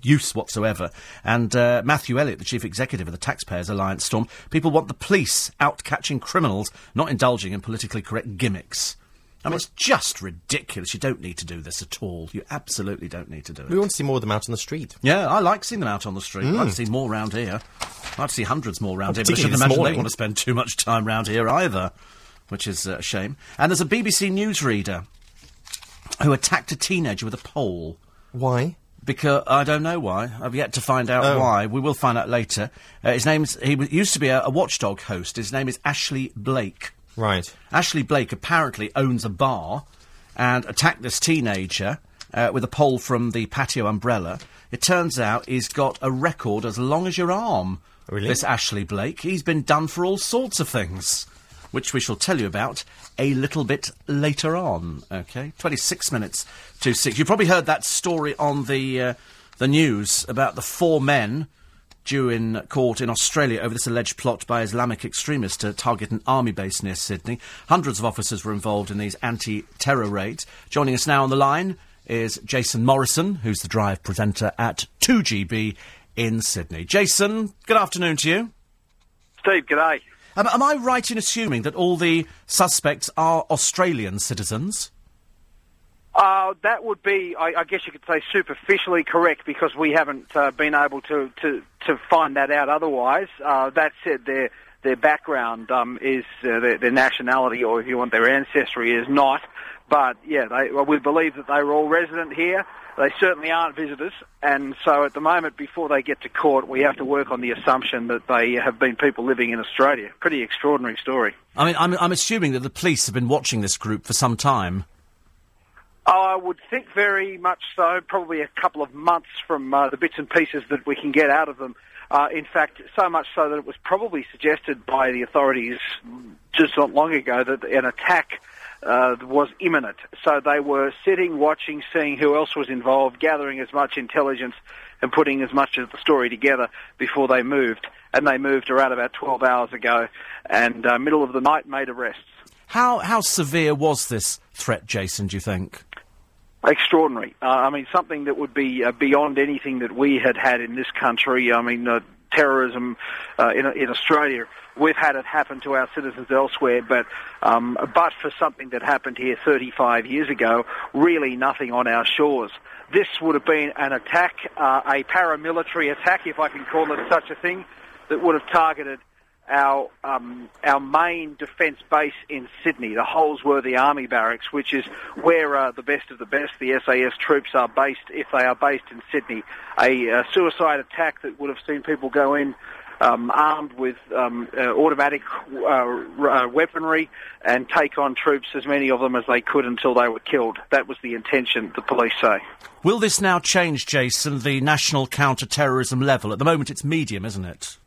A: use whatsoever. And uh, Matthew Elliott, the chief executive of the Taxpayers Alliance, stormed, "People want the police out catching criminals, not indulging in politically correct gimmicks." I mean, it's just ridiculous. You don't need to do this at all. You absolutely don't need to do it.
B: We want to see more of them out on the street.
A: Yeah, I like seeing them out on the street. I'd see more round here. I'd see hundreds more round here. But I should
B: Mm. Oh, particularly this
A: imagine they
B: morning.
A: want to spend too much time round here either, which is uh, a shame. And there's a BBC newsreader who attacked a teenager with a pole.
B: Why?
A: Because I don't know why. I've yet to find out
B: Oh.
A: why. We will find out later. Uh, his name's he w- used to be a, a watchdog host. His name is Ashley Blake.
B: Right.
A: Ashley Blake apparently owns a bar and attacked this teenager uh, with a pole from the patio umbrella. It turns out he's got a record as long as your arm.
B: Really?
A: This Ashley Blake. He's been done for all sorts of things, which we shall tell you about a little bit later on. Okay, 26 minutes to 6. You probably heard that story on the, uh, the news about the four men due in court in Australia over this alleged plot by Islamic extremists to target an army base near Sydney. Hundreds of officers were involved in these anti terror raids. Joining us now on the line is Jason Morrison, who's the drive presenter at 2GB in Sydney. Jason, good afternoon to you. Um,
E: Steve, g'day.
A: Am, am I right in assuming that all the suspects are Australian citizens?
E: Uh, that would be, I, I guess you could say, superficially correct because we haven't uh, been able to, to, to find that out otherwise. Uh, that said, their their background um, is uh, their, their nationality, or if you want, their ancestry is not. But yeah, they, well, we believe that they were all resident here. They certainly aren't visitors, and so at the moment, before they get to court, we have to work on the assumption that they have been people living in Australia. Pretty extraordinary story.
A: I mean, I'm, I'm assuming that the police have been watching this group for some time.
E: I would think very much so, probably a couple of months from uh, the bits and pieces that we can get out of them. Uh, in fact, so much so that it was probably suggested by the authorities just not long ago that an attack uh, was imminent. So they were sitting, watching, seeing who else was involved, gathering as much intelligence and putting as much of the story together before they moved. And they moved around about 12 hours ago and uh, middle of the night made arrests.
A: How how severe was this threat, Jason? Do you think?
E: Extraordinary. Uh, I mean, something that would be uh, beyond anything that we had had in this country. I mean, uh, terrorism uh, in, in Australia. We've had it happen to our citizens elsewhere, but um, but for something that happened here 35 years ago, really nothing on our shores. This would have been an attack, uh, a paramilitary attack, if I can call it such a thing, that would have targeted our um, our main defence base in Sydney, the Holsworthy Army Barracks, which is where uh, the best of the best, the SAS troops, are based if they are based in Sydney. A uh, suicide attack that would have seen people go in. Um, armed with um, uh, automatic uh, r- uh, weaponry and take on troops, as many of them as they could until they were killed. That was the intention, the police say.
A: Will this now change, Jason, the national counter-terrorism level? At the moment, it's medium, isn't it?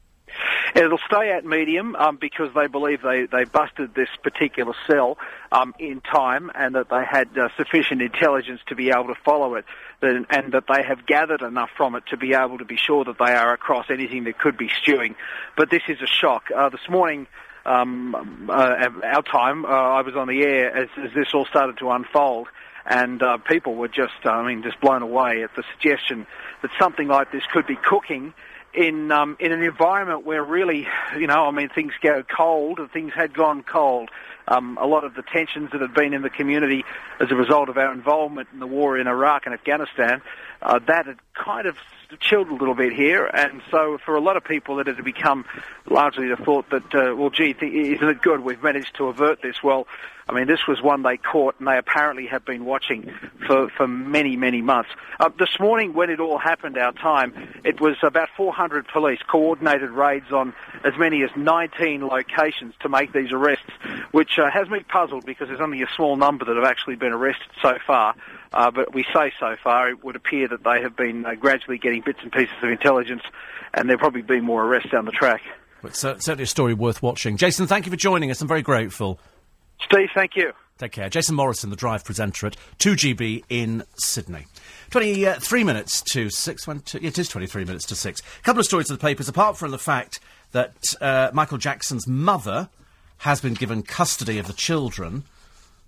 E: It'll stay at medium um, because they believe they, they busted this particular cell um, in time and that they had uh, sufficient intelligence to be able to follow it and, and that they have gathered enough from it to be able to be sure that they are across anything that could be stewing. But this is a shock. Uh, this morning, um, uh, our time, uh, I was on the air as, as this all started to unfold and uh, people were just, I mean, just blown away at the suggestion that something like this could be cooking in um, in an environment where really, you know, I mean, things go cold and things had gone cold. Um, a lot of the tensions that had been in the community as a result of our involvement in the war in Iraq and Afghanistan, uh, that had kind of chilled a little bit here, and so for a lot of people, it had become largely the thought that, uh, well, gee, th- isn't it good we've managed to avert this? Well, I mean, this was one they caught, and they apparently have been watching for, for many, many months. Uh, this morning, when it all happened, our time, it was about 400 police coordinated raids on as many as 19 locations to make these arrests, which uh, has me puzzled because there's only a small number that have actually been arrested so far. Uh, but we say so far, it would appear that they have been uh, gradually getting bits and pieces of intelligence, and there'll probably be more arrests down the track.
A: But cer- certainly a story worth watching. Jason, thank you for joining us. I'm very grateful.
E: Steve, thank you.
A: Take care. Jason Morrison, the Drive presenter at 2GB in Sydney. 23 minutes to 6. One, two, it is 23 minutes to 6. A couple of stories of the papers, apart from the fact that uh, Michael Jackson's mother has been given custody of the children.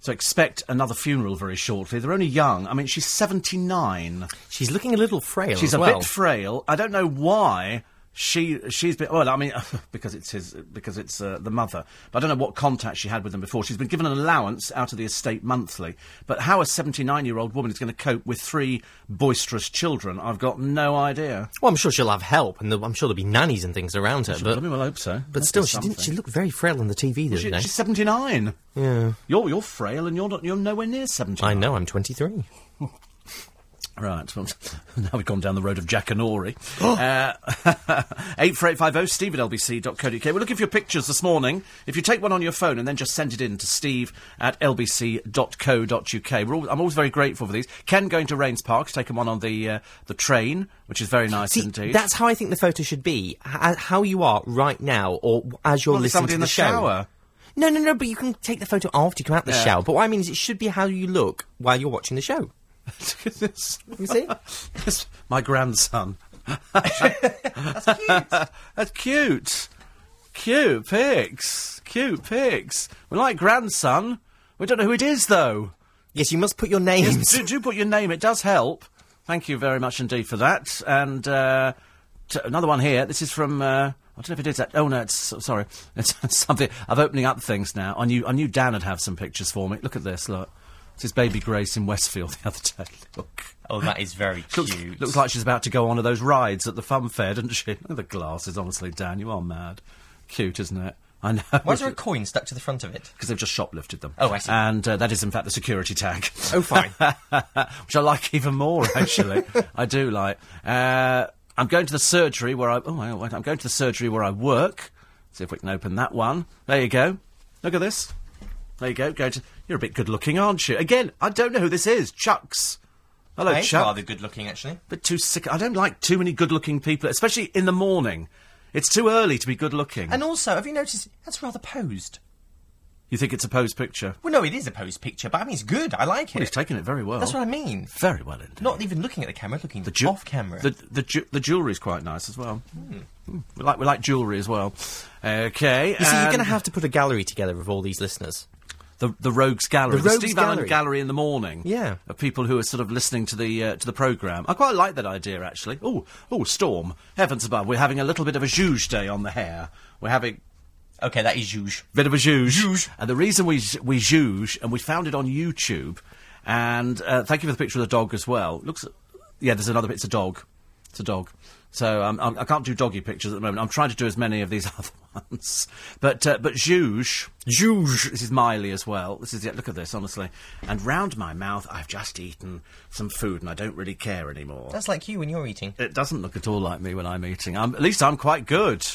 A: So expect another funeral very shortly. They're only young. I mean, she's 79.
B: She's looking a little frail.
A: She's
B: as
A: a
B: well.
A: bit frail. I don't know why she she's been. Well, I mean, because it's his because it's uh, the mother. But I don't know what contact she had with them before. She's been given an allowance out of the estate monthly. But how a 79 year old woman is going to cope with three boisterous children, I've got no idea.
B: Well, I'm sure she'll have help, and there- I'm sure there'll be nannies and things around her.
A: I
B: But,
A: mean, well, I hope so.
B: but still, she didn't, she looked very frail on the TV the other
A: She,
B: day.
A: she's 79.
B: Yeah,
A: You're you're frail, and you're not. You're nowhere near 79.
B: I know. I'm 23.
A: Right. Well, now we've gone down the road of Jackanory.
B: Oh!
A: uh, 84850 steve oh, at lbc.co.uk. We're looking for your pictures this morning. If you take one on your phone and then just send it in to steve at lbc.co.uk. We're all, I'm always very grateful for these. Ken going to Rains Park, he's taken one on the, uh, the train, which is very nice
B: See,
A: indeed.
B: that's how I think the photo should be. H- how you are right now, or as you're
A: Well, there's
B: listening
A: somebody
B: to
A: in
B: the,
A: the
B: show.
A: shower.
B: No, no, no. But you can take the photo after you come out the
A: Yeah.
B: shower. But what I mean is, it should be how you look while you're watching the show.
A: This-
B: You see?
A: That's my grandson. That's cute. That's cute. Cute pics. Cute pics. We like grandson. We don't know who it is though.
B: yes, you must put your names.
A: do, do put your name. It does help. Thank you very much indeed for that. And uh, t- another one here. This is from. Uh, I don't know if it is that. Oh no, it's sorry. It's something. I'm opening up things now. I knew. I knew Dan would have some pictures for me. Look at this. Look. It's his baby Grace in Westfield the other day. Look.
F: Oh, that is very
A: Looks,
F: cute.
A: looks like she's about to go on one of those rides at the fun fair, doesn't she? Look at the glasses, honestly, Dan, you are mad. Cute, isn't it? I know.
F: Why is there a coin stuck to the front of it?
A: because they've just shoplifted them.
F: Oh, I see.
A: And uh, that is, in fact, the security tag.
B: Oh, fine.
A: Which I like even more, actually. I do like. Uh, I'm going to the surgery where I. Oh, hang on, wait, I'm going to the surgery where I work. See if we can open that one. There you go. Look at this. There you go. Go to. You're a bit good looking, aren't you? Again, I don't know who this is. Chucks. Hello,
F: Hey,
A: Chuck.
F: rather good looking, actually.
A: bit too sick. I don't like too many good looking people, especially in the morning. It's too early to be good looking.
F: And also, have you noticed that's rather posed?
A: you think it's a posed picture?
F: Well, no, it is a posed picture, but I mean, it's good. I like
A: Well, he's
F: it.
A: taken it very well.
F: That's what I mean.
A: Very well indeed.
F: Not even looking at the camera, looking
A: The ju-
F: off camera. Hmm.
A: The the, ju- the jewellery's quite nice as well. Mm, We like we like jewellery as well. Okay. um,
B: You see, you're going to
A: and
B: have to put a gallery together of all these listeners.
A: the the Rogues Gallery,
B: The
A: the,
B: Rogues
A: Steve Allen
B: Gallery.
A: Gallery in the morning.
B: Yeah.
A: Of people who are sort of listening to the uh, to the program. I quite like that idea actually. Oh oh storm heavens above. We're having a little bit of a juge day on the hair. We're having
F: okay, that is Juge.
A: bit of a juge.
F: Juge.
A: And the reason we we juge, and we found it on YouTube, and uh, thank you for the picture of the dog as well. Looks, yeah, there's another. It's a dog. It's a dog. So um, I'm, I can't do doggy pictures at the moment. I'm trying to do as many of these other ones. But uh, but juge, juge. This is Miley as well. This is it. Look at this, honestly. And round my mouth, I've just eaten some food, and I don't really care anymore.
F: That's like you when you're eating.
A: it doesn't look at all like me when I'm eating. I'm, at least I'm quite good.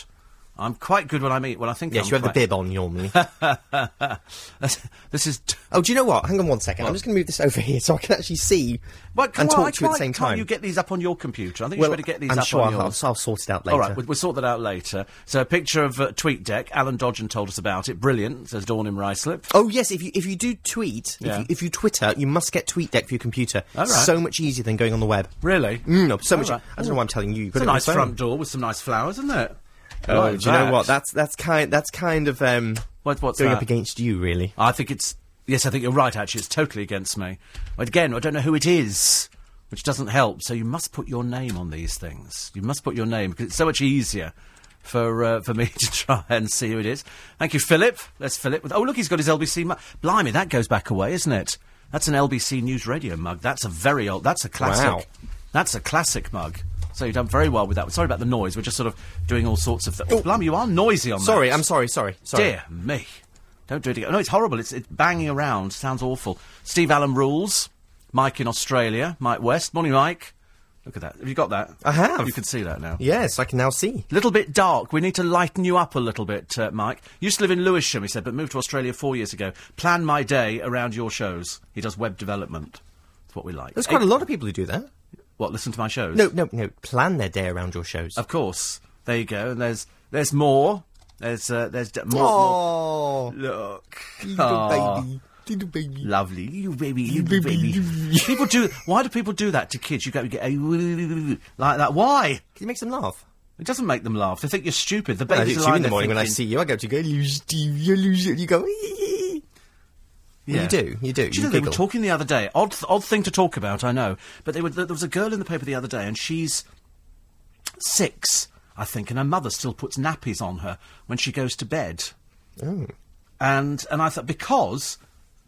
A: I'm quite good when I eat. When I think
B: Yes,
A: I'm
B: you have the
A: quite-
B: bib on normally.
A: That's- this is. T-
B: oh, do you know what? Hang on one second. I'm just going to move this over here so I can actually see
A: but on,
B: and talk
A: I
B: to you at
A: can't-
B: the same
A: can't
B: time.
A: you get these up on your computer? I think
B: well,
A: you should better get these
B: I'm
A: up
B: sure
A: on
B: I'll,
A: yours.
B: I'll sort it out later.
A: All right, we'll, we'll sort that out later. So a picture of uh, TweetDeck. Alan Dodgen told us about it. Brilliant, says Dawn in Ryslip.
B: Oh yes, if you if you do tweet,
A: Yeah.
B: if, you, if you Twitter, you must get TweetDeck for your computer.
A: All right.
B: So much easier than going on the web.
A: Really?
B: Mm, no, so much.
A: All right.
B: I don't know why I'm telling you. you
A: It's
B: put
A: a
B: it on
A: nice
B: your phone.
A: front door with some nice flowers, isn't it? I
B: Oh,
A: like
B: do you know
A: that.
B: what? That's that's kind that's kind of um
A: What- what's
B: going
A: that?
B: up against you really.
A: I think it's. Yes, I think you're right, actually. It's totally against me. But again, I don't know who it is, which doesn't help. So you must put your name on these things. You must put your name because it's so much easier for uh, for me to try and see who it is. Thank you, Philip. There's Philip. With, oh, look, he's got his LBC mug. Blimey, that goes back away, isn't it? That's an LBC News Radio mug. That's a very old. That's a classic.
B: Wow.
A: That's a classic mug. So you've done very well with that. Sorry about the noise. We're just sort of doing all sorts of. Th- oh, blimey, you are noisy on that.
B: Sorry, I'm sorry, sorry, sorry.
A: Dear me. Don't do it again. No, it's horrible. It's, it's banging around. Sounds awful. Steve Allen rules. Mike in Australia. Mike West. Morning, Mike. Look at that. Have you got that?
B: I have.
A: You can see that now.
B: Yes, I can now see.
A: Little bit dark. We need to lighten you up a little bit, uh, Mike. Used to live in Lewisham, he said, but moved to Australia four years ago. Plan my day around your shows. He does web development. That's what we like.
B: There's quite a
A: Eh,
B: lot of people who do that.
A: What? Listen to my shows.
B: No, no, no. Plan their day around your shows.
A: Of course. There you go. And there's there's more. There's uh, there's d- more, more.
B: Oh,
A: Look.
B: little baby, little baby.
A: Lovely, you baby, you baby. people do. Why do people do that to kids? You go, you get a- like that. Why?
B: It makes them laugh.
A: It doesn't make them laugh. They think you're stupid. The
B: I
A: baby's
B: do
A: lying
B: too in the
A: there
B: morning when I
A: thinking-
B: see you. I go to go, you Steve, you lose it. You go. "Ee." Well,
A: Yeah.
B: You do, you do.
A: Do you know they were
B: giggle.
A: talking the other day? Odd, th- odd thing to talk about, I know. But they were, there was a girl in the paper the other day, and she's six, I think, and her mother still puts nappies on her when she goes to bed. And and I thought because,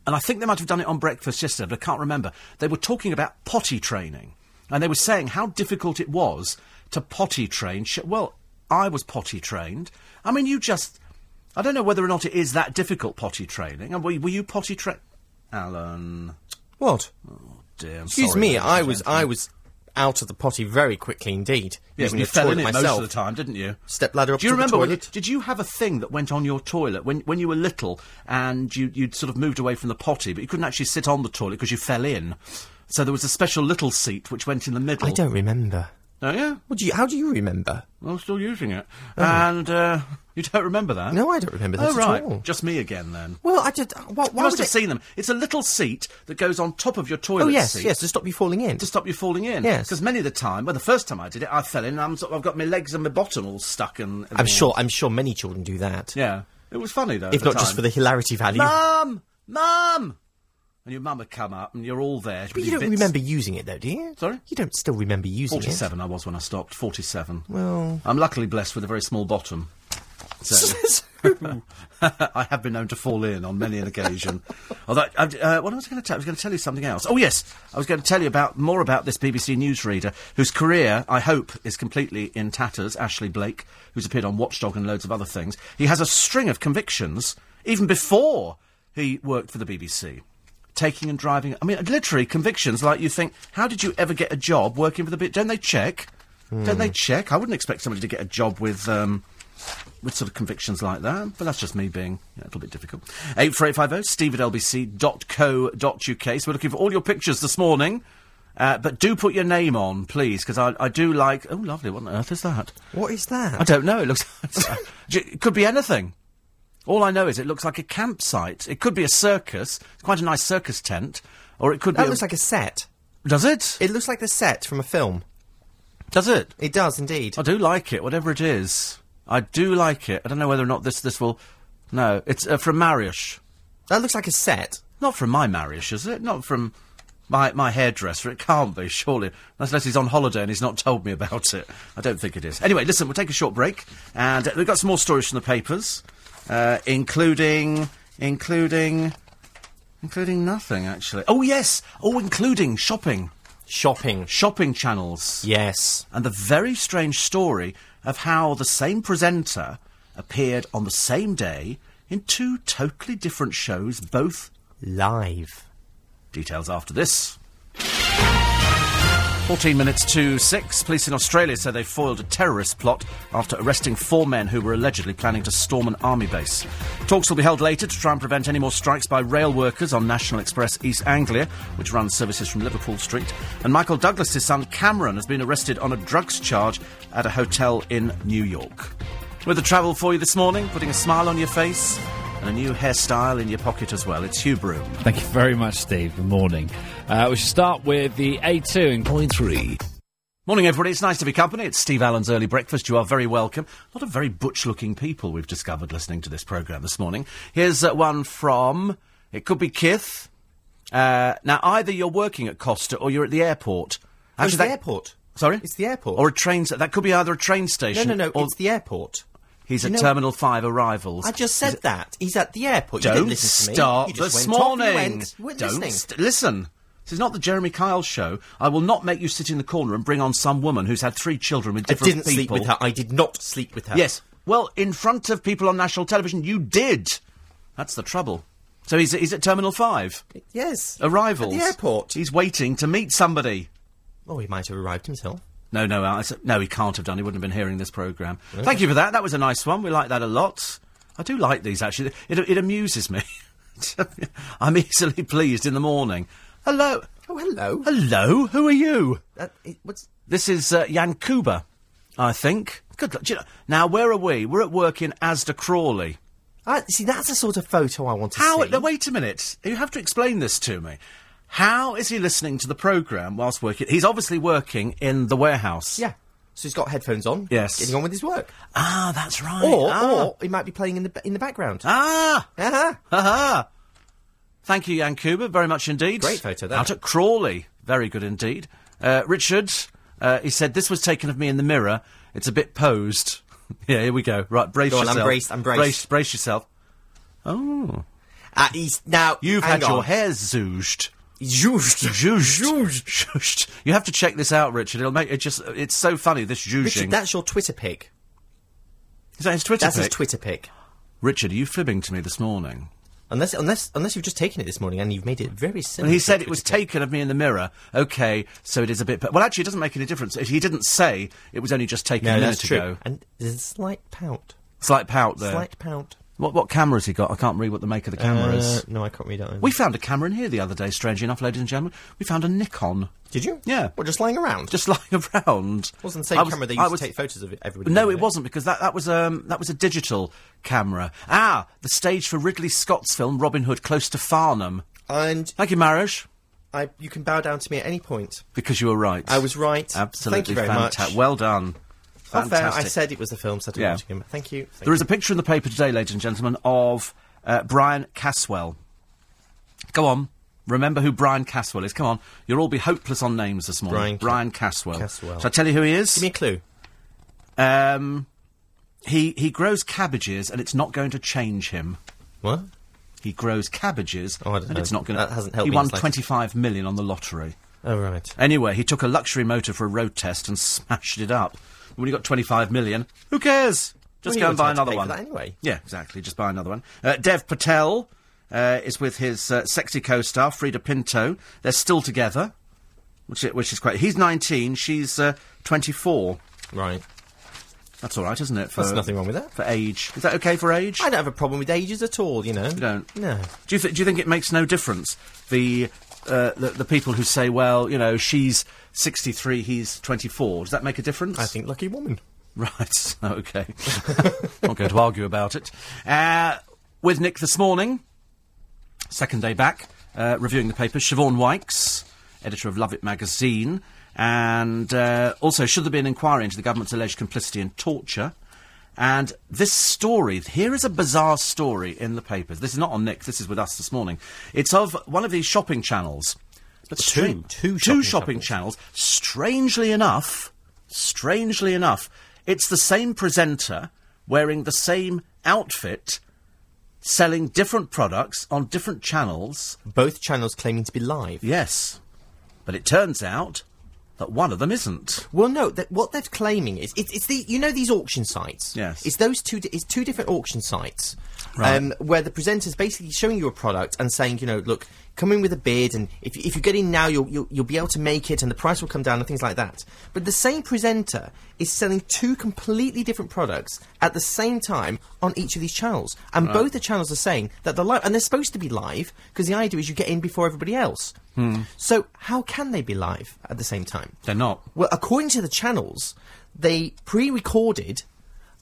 A: and I think they might have done it on breakfast yesterday, but I can't remember. They were talking about potty training, and they were saying how difficult it was to potty train. Sh- well, I was potty trained. I mean, you just. I don't know whether or not it is that difficult potty training. And were, were you potty trained, Alan? Oh,
B: What?
A: Dear, I'm
B: Excuse
A: sorry,
B: me,
A: ladies and
B: I was
A: gentlemen.
B: I was out of the potty very quickly indeed.
A: Yeah,
B: using
A: you
B: the
A: fell in
B: toilet
A: it
B: myself.
A: most of the time, didn't you?
B: Step ladder up
A: Do you
B: to the
A: remember? when-
B: toilet.
A: did you have a thing that went on your toilet when when you were little and you you'd sort of moved away from the potty, but you couldn't actually sit on the toilet because you fell in. So there was a special little seat which went in the middle.
B: I don't remember.
A: Oh yeah,
B: What do you? How do you remember?
A: I'm still using it, and uh, you don't remember that?
B: Oh. No, I don't remember that
A: Oh right,
B: at all.
A: just me again then.
B: Well, I just. uh, Why,
A: You
B: why
A: must
B: would
A: have
B: it?
A: seen them. It's a little seat that goes on top of your toilet
B: oh yes,
A: seat.
B: yes, to stop you falling in.
A: to stop you falling in.
B: Yes.
A: Because many of the time, well, the first time I did it, I fell in and I'm sort of, I've got my legs and my bottom all stuck and.
B: I'm sure. I'm sure many children do that.
A: Yeah. It was funny though. at
B: If not just
A: time.
B: for the hilarity value.
A: Mum! Mum! And your mum would come up and you're all there.
B: but you don't remember using it though, do you?
A: Sorry?
B: You don't still remember using it.
A: 47 I was when I stopped. 47.
B: Well-
A: I'm luckily blessed with a very small bottom. So, I have been known to fall in on many an occasion. Although, I- uh, what I was going to tell, I was going to tell you something else. Oh yes, I was going to tell you about more about this BBC newsreader whose career I hope is completely in tatters. Ashley Blake, who's appeared on Watchdog and loads of other things. He has a string of convictions even before he worked for the BBC. Taking and driving. I mean, literally convictions. Like you think, how did you ever get a job working for the? B- Don't they check? Don't they check? I wouldn't expect somebody to get a job with. Um, with sort of convictions like that, but that's just me being a little bit difficult. 84850 steve at lbc.co.uk. So we're looking for all your pictures this morning, uh, but do put your name on, please, because I, I do like. Oh, lovely. What on earth is that?
B: What is that?
A: I don't know. It looks. uh, it could be anything. All I know is it looks like a campsite. It could be a circus. It's quite a nice circus tent. Or it could
B: That
A: be.
B: looks like a set.
A: a, does it?
B: It looks like the set from a film.
A: Does it?
B: It does indeed.
A: I do like it, whatever it is. I do like it. I don't know whether or not this this will. No, it's uh, from Mariusz.
B: That looks like a set.
A: Not from my Mariusz, is it? Not from my my hairdresser. It can't be, surely. Unless he's on holiday and he's not told me about it. I don't think it is. Anyway, listen, we'll take a short break, and uh, we've got some more stories from the papers, uh, including including including nothing actually. Oh yes, oh including shopping
B: Shopping.
A: shopping channels
B: Yes.
A: and the very strange story of how the same presenter appeared on the same day in two totally different shows, both
B: Live.
A: Details after this. 14 minutes to 6. Police in Australia say they foiled a terrorist plot after arresting four men who were allegedly planning to storm an army base. Talks will be held later to try and prevent any more strikes by rail workers on National Express East Anglia, which runs services from Liverpool Street. And Michael Douglas' son Cameron has been arrested on a drugs charge at a hotel in New York. With the travel for you this morning, putting a smile on your face and a new hairstyle in your pocket as well. It's Hugh Broom.
C: Thank you very much, Steve. Good morning. Uh, we should start with the A2 in
D: Point three.
A: Morning, everybody. It's nice to be company. It's Steve Allen's early breakfast. You are very welcome. A lot of very butch-looking people we've discovered listening to this programme this morning. Here's uh, one from. It could be Kith. Uh, now, either you're working at Costa or you're at the airport.
B: Actually, Oh, it's
A: that-
B: the airport.
A: Sorry,
B: It's the airport.
A: or a train. sta- That could be either a train
B: no,
A: station.
B: no, no.
A: Or
B: It's the airport.
A: he's
B: you
A: at
B: know-
A: Terminal Five arrivals.
B: I just said that. He's at the airport. you
A: Don't
B: didn't listen to me.
A: start
B: you just
A: this
B: went off and
A: morning.
B: you went,
A: Don't
B: Don't listening.
A: st- listen. This is not the Jeremy Kyle show. I will not make you sit in the corner and bring on some woman who's had three children with
B: I
A: different
B: didn't sleep
A: people.
B: with her. I did not sleep with her.
A: Yes. Well, in front of people on national television, you did. That's the trouble. So he's, he's at Terminal 5.
B: Yes.
A: Arrivals.
B: At the airport.
A: He's waiting to meet somebody.
B: Oh, he might have arrived himself.
A: No, no, I s- no, he can't have done. He wouldn't have been hearing this programme. Thank you for that. That was a nice one. We like that a lot. I do like these, actually. It, it amuses me. I'm easily pleased in the morning. Hello.
B: Oh, hello.
A: Hello. Who are you?
B: That, it, what's,
A: This is uh, Jan Kuba, I think. Good luck. Do you know- Now, where are we? We're at work in Asda Crawley.
B: ah, see, that's the sort of photo I want to
A: How?
B: see.
A: Now, wait a minute. You have to explain this to me. How is he listening to the programme whilst working? He's obviously working in the warehouse.
B: Yeah. So he's got headphones on.
A: Yes.
B: Getting on with his work.
A: Ah, that's right.
B: Or,
A: ah.
B: or he might be playing in the in the background.
A: Ah,
B: Uh-huh.
A: aha. Thank you, Jan Kuba, very much indeed.
B: Great photo there.
A: Out at Crawley. Very good indeed. Uh, Richard, uh, he said, this was taken of me in the mirror. It's a bit posed. yeah, here we go. Right, brace
B: Go on, I'm
A: yourself.
B: braced, I'm braced.
A: Brace, brace yourself. Oh.
B: Ah, he's now.
A: You've had
B: hang
A: your
B: on.
A: hair zoozed.
B: Zhuzhed.
A: Zhuzhed. Zhuzhed. You have to check this out, Richard. It'll make it just. It's so funny. This zhuzhing.
B: Richard, that's your Twitter pic.
A: Is that his Twitter?
B: That's his
A: pic?
B: Twitter pic.
A: Richard, are you fibbing to me this morning?
B: Unless, unless, unless you've just taken it this morning and you've made it very simple.
A: And he said it was taken of me in the mirror. Okay, so it is a bit. Well, actually, it doesn't make any difference. If he didn't say it was only just taken a
B: No,
A: minute
B: that's true.
A: ago.
B: And there's a slight pout.
A: Slight pout there.
B: Slight pout.
A: What what camera's he got? I can't read what the make of the camera
B: Uh,
A: is.
B: no, I can't read it.
A: We found a camera in here the other day. Strangely enough, ladies and gentlemen, we found a Nikon
B: Did you?
A: Yeah.
B: Well, just lying around.
A: just lying around.
B: wasn't the same
A: I was-
B: camera they
A: I
B: used
A: was-
B: to take photos of everybody.
A: No,
B: with,
A: it wasn't because that, that was um that was a digital camera. Ah, the stage for Ridley Scott's film Robin Hood, close to Farnham.
B: And
A: Thank you, Marish,
B: I, you can bow down to me at any point.
A: because you were right.
B: I was right.
A: absolutely
B: Thank you very
A: fanta-
B: much.
A: Well done.
B: Off air, I
A: Fantastic.
B: said it was the film set of
A: Yeah.
B: Nottingham. Thank you. Thank
A: There is a picture in the paper today, ladies and gentlemen, of uh, Brian Caswell. Go on. Remember who Brian Caswell is. Come on. You'll all be hopeless on names this morning.
B: Brian Ca-
A: Brian Caswell.
B: Caswell.
A: Shall I tell you who he is?
B: Give me a clue.
A: Um, He he grows cabbages, and it's not going to change him.
B: What?
A: He grows cabbages,
B: Oh, I don't
A: and
B: know.
A: it's not going
B: That hasn't helped
A: He
B: me in
A: won
B: the slightest.
A: twenty five million on the lottery.
B: Oh right.
A: Anyway, he took a luxury motor for a road test and smashed it up. When he got 25 million, who cares? Just
B: Well,
A: go
B: you
A: and
B: wouldn't
A: buy
B: have to
A: another
B: pay for
A: one.
B: that anyway.
A: Yeah, exactly. Just buy another one. Uh, Dev Patel uh, is with his uh, sexy co star, Frida Pinto. They're still together, which is, which is quite. He's 19, she's uh, 24.
B: Right.
A: That's all right, isn't it? For,
B: There's nothing wrong with that.
A: For age. Is that okay for age?
B: I don't have a problem with ages at all. You know.
A: You don't.
B: No.
A: Do you, th- do you think it makes no difference? The, uh, the the people who say, well, you know, she's 63, he's 24. Does that make a difference?
B: I think lucky woman.
A: Right, okay. Not going to argue about it. Uh, with Nick this morning, second day back, uh, reviewing the papers, Siobhan Wykes, editor of Love It magazine, and uh, also, should there be an inquiry into the government's alleged complicity in torture? And this story, here is a bizarre story in the papers. This is not on Nick, this is with us this morning. It's of one of these shopping channels. But
B: Two.
A: two
B: Two shopping
A: shopping
B: channels.
A: channels. Strangely enough, strangely enough, it's the same presenter wearing the same outfit, selling different products on different channels.
B: Both channels claiming to be live.
A: Yes. But it turns out that one of them isn't.
B: Well, no. That what they're claiming is it's, it's the you know these auction sites.
A: Yes.
B: It's those two. di- It's two different auction sites.
A: Right.
B: Um, where the presenter's basically showing you a product and saying, you know, look, come in with a bid, and if, you- if you get in now, you'll, you'll you'll be able to make it, and the price will come down, and things like that. But the same presenter is selling two completely different products at the same time on each of these channels, and both the channels are saying that they're live, and they're supposed to be live because the idea is you get in before everybody else. So how can they be live at the same time?
A: Hmm. They're not.
B: Well, according to the channels, they pre-recorded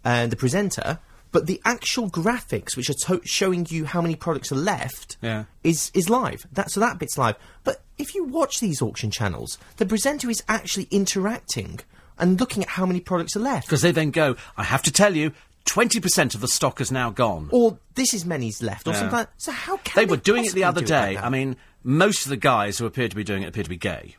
B: uh, the presenter, but the actual graphics, which are to- showing you how many products are left,
A: Yeah.
B: is is live. That so that bit's live. But if you watch these auction channels, the presenter is actually interacting and looking at how many products are left.
A: Because they then go, I have to tell you, 20% of the stock is now gone.
B: Or this is many's left, or
A: Yeah.
B: something. Like, so how can
A: they were doing it the
B: possibly
A: other
B: do
A: day.
B: like that?
A: I mean, most of the guys who appear to be doing it appear to be gay.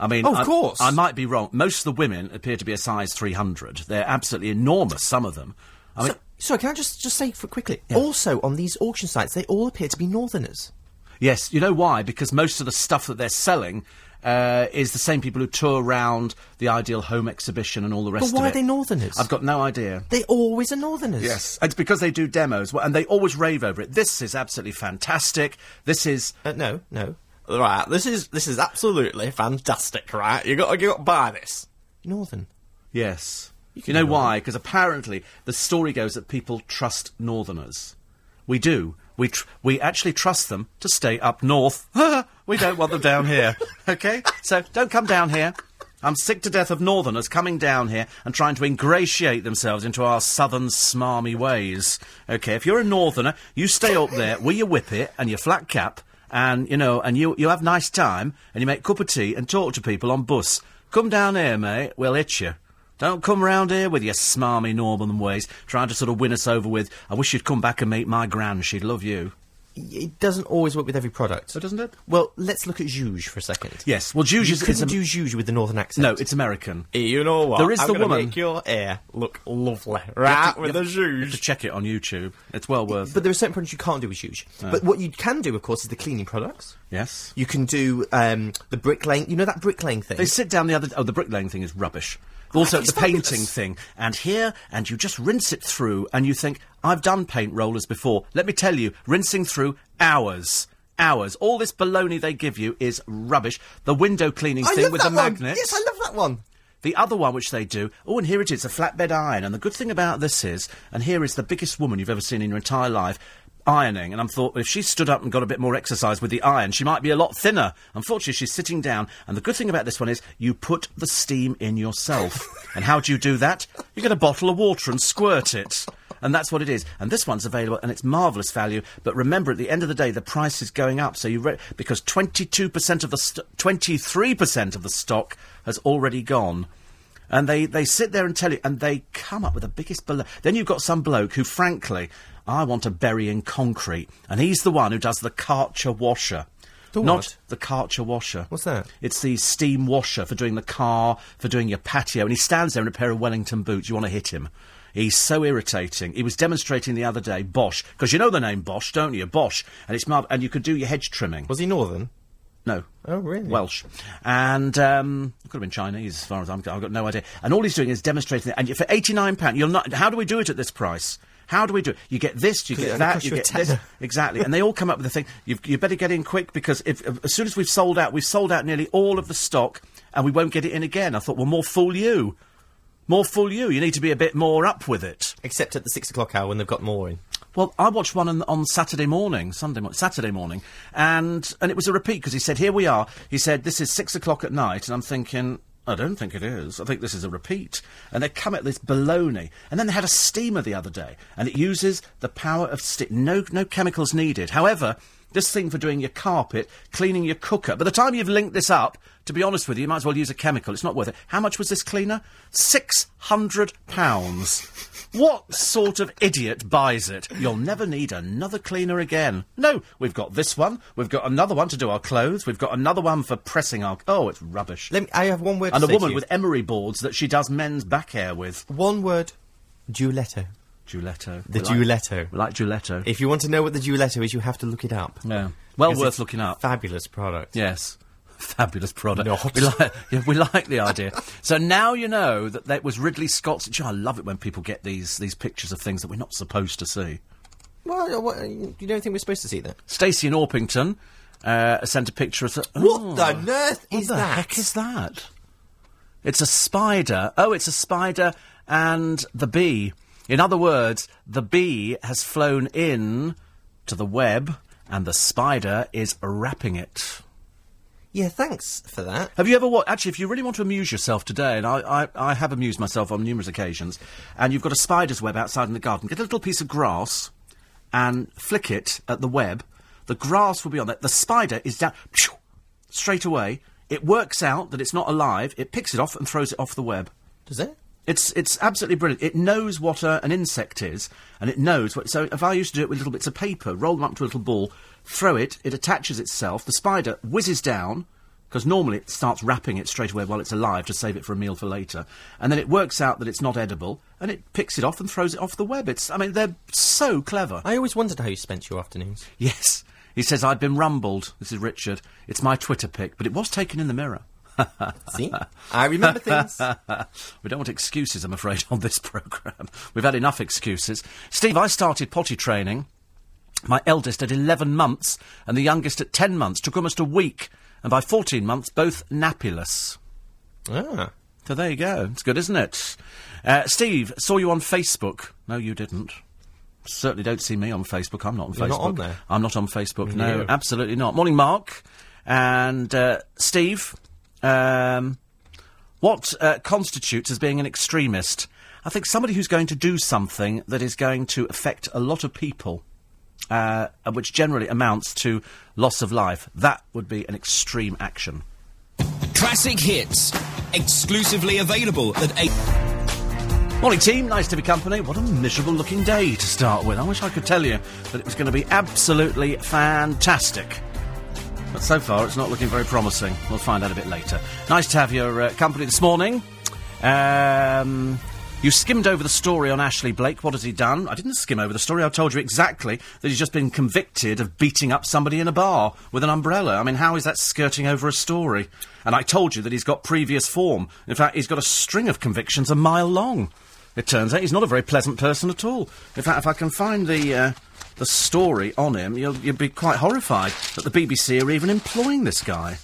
A: I mean,
B: Oh, of
A: I-
B: course.
A: I might be wrong. Most of the women appear to be a size 300. They're absolutely enormous, some of them. I mean,
B: So- sorry, can I just just say for quickly? Also, on these auction sites, they all appear to be northerners.
A: yes, you know why? Because most of the stuff that they're selling uh, is the same people who tour around the Ideal Home exhibition and all the rest
B: But
A: of
B: why are
A: it.
B: they northerners?
A: I've got no idea.
B: They always are northerners.
A: It's because they do demos, well, and they always rave over it. This is absolutely fantastic. This is
B: Uh, no, no. Right, this is this is absolutely fantastic. Right, you got you got to buy this. Northern.
A: Yes. You,
B: can
A: know
B: do that.
A: why? Because apparently the story goes that people trust Northerners. We do. We tr- we actually trust them to stay up north. we don't want them down here. Okay, so don't come down here. I'm sick to death of Northerners coming down here and trying to ingratiate themselves into our southern smarmy ways. Okay, if you're a Northerner, you stay up there with your whippet and your flat cap, and you know, and you you have nice time, and you make cup of tea and talk to people on bus. Come down here, mate. We'll hit you. Don't come round here with your smarmy northern ways, trying to sort of win us over with, I wish you'd come back and meet my gran, she'd love you.
B: It doesn't always work with every product.
A: So doesn't it?
B: Well, let's look at Juge for a second.
A: Yes, well, Juge
B: you
A: is- is
B: couldn't
A: a-
B: do Juge with the northern accent.
A: No, it's American.
B: Eh, You know what?
A: There is
B: I'm
A: the
B: gonna
A: woman-
B: Make your hair look lovely, right? With the
A: You have to
B: Juge.
A: check it on YouTube. It's well worth
B: But there are certain products you can't do with Juge. But what you can do, of course, is the cleaning products.
A: Yes.
B: You can do um, the bricklaying. You know that bricklaying thing.
A: They sit down the other. Oh, the bricklaying thing is rubbish. Also,
B: Oh, It's
A: the painting
B: fabulous.
A: thing, and here, and you just rinse it through, and you think, I've done paint rollers before. Let me tell you, rinsing through hours. Hours. All this baloney they give you is rubbish. The window cleaning
B: I
A: thing
B: love
A: with
B: that
A: the
B: one.
A: magnets.
B: Yes, I love that one.
A: The other one which they do, oh, and here it is, a flatbed iron. And the good thing about this is, and here is the biggest woman you've ever seen in your entire life ironing. And I'm thought, if she stood up and got a bit more exercise with the iron, she might be a lot thinner. Unfortunately, she's sitting down. And the good thing about this one is, you put the steam in yourself. and how do you do that? You get a bottle of water and squirt it. And that's what it is. And this one's available, and it's marvellous value. But remember, at the end of the day, the price is going up. So you re- because twenty-two percent of the st- twenty-three percent of the stock has already gone. And they, they sit there and tell you, and they come up with the biggest blow. Then you've got some bloke who, frankly, I want to bury in concrete. And he's the one who does the Karcher washer.
B: The
A: Not
B: what?
A: the Karcher washer.
B: What's that?
A: It's the steam washer for doing the car, for doing your patio. And he stands there in a pair of Wellington boots. You want to hit him. He's so irritating. He was demonstrating the other day, Bosch, because you know the name Bosch, don't you? Bosch, and it's marv- and you could do your hedge trimming.
B: Was he northern?
A: No.
B: Oh, really?
A: Welsh. And um, it could have been Chinese, as far as I'm, I've got no idea. And all he's doing is demonstrating it. And for £89, you're not. How do we do it at this price? How do we do it? You get this, you
B: 'Cause it
A: get
B: only
A: that,
B: costs
A: you
B: you a
A: get this.
B: tenner.
A: Exactly. and they all come up with a thing. You've, you better get in quick because if, if- as soon as we've sold out, we've sold out nearly all of the stock and we won't get it in again. I thought, well, more fool you. More fool you. You need to be a bit more up with it.
B: Except at the six o'clock hour when they've got more in.
A: Well, I watched one on, on Saturday morning, Sunday morning, Saturday morning, and and it was a repeat because he said, "Here we are." He said, "This is six o'clock at night," and I'm thinking. I don't think it is. I think this is a repeat. And they come at this baloney. And then they had a steamer the other day, and it uses the power of steam. No, no chemicals needed. However, this thing for doing your carpet, cleaning your cooker. By the time you've linked this up, to be honest with you, you might as well use a chemical. It's not worth it. How much was this cleaner? Six hundred pounds. What sort of idiot buys it? You'll never need another cleaner again. No, we've got this one. We've got another one to do our clothes. We've got another one for pressing our. Oh, it's rubbish.
B: Let me, I have one word
A: and
B: to
A: a
B: say to
A: woman
B: you.
A: with emery boards that she does men's back hair with.
B: One word, Giuletto.
A: Giuletto.
B: The
A: We like-
B: Giuletto.
A: We like Giuletto.
B: If you want to know what the Giuletto is, you have to look it up.
A: yeah. Well
B: Because
A: worth
B: it's
A: looking up.
B: Fabulous product.
A: Yes. Fabulous product.
B: Not.
A: We, like, yeah, we like the idea. so now you know that that was Ridley Scott's. Gee, I love it when people get these, these pictures of things that we're not supposed to see.
B: Well, uh, what, uh, you don't think we're supposed to see that?
A: Stacey in Orpington uh, sent a picture of. The,
B: What
A: Oh,
B: the on earth
A: what
B: is
A: the
B: that?
A: heck is that? It's a spider. Oh, it's a spider and the bee. In other words, the bee has flown in to the web and the spider is wrapping it.
B: Yeah, thanks for that.
A: Have you ever watched? Actually, if you really want to amuse yourself today, and I, I, I have amused myself on numerous occasions, and you've got a spider's web outside in the garden, get a little piece of grass and flick it at the web. The grass will be on it. The spider is down phew, straight away. It works out that it's not alive. It picks it off and throws it off the web.
B: Does it?
A: It's it's absolutely brilliant. It knows what a, an insect is, and it knows what. So if I used to do it with little bits of paper, roll them up to a little ball, throw it, it attaches itself. The spider whizzes down because normally it starts wrapping it straight away while it's alive to save it for a meal for later, and then it works out that it's not edible, and it picks it off and throws it off the web. It's I mean they're so clever.
B: I always wondered how you spent your afternoons.
A: Yes. He says, I'd been rumbled. This is Richard. It's my Twitter pic, but it was taken in the mirror.
B: See? I remember things.
A: we don't want excuses, I'm afraid, on this programme. We've had enough excuses. Steve, I started potty training. My eldest at 11 months and the youngest at 10 months. Took almost a week. And by 14 months, both nappyless.
B: ah.
A: So there you go. It's good, isn't it? Uh, Steve, saw you on Facebook. No, you didn't. Certainly don't see me on Facebook. I'm not on
B: You're
A: Facebook.
B: not on there.
A: I'm not on Facebook. No,
B: No.
A: absolutely not. Morning, Mark and uh, Steve. Um, what uh, constitutes as being an extremist? I think somebody who's going to do something that is going to affect a lot of people, uh, which generally amounts to loss of life. That would be an extreme action.
G: Classic hits, exclusively available at 8.
A: Morning, team. Nice to be company. What a miserable looking day to start with. I wish I could tell you that it was going to be absolutely fantastic. But so far, it's not looking very promising. We'll find out a bit later. Nice to have your uh, company this morning. Um, you skimmed over the story on Ashley Blake. What has he done? I didn't skim over the story. I told you exactly that he's just been convicted of beating up somebody in a bar with an umbrella. I mean, how is that skirting over a story? And I told you that he's got previous form. In fact, he's got a string of convictions a mile long. It turns out he's not a very pleasant person at all. In fact, if I can find the uh, the story on him, you'll, you'll be quite horrified that the BBC are even employing this guy.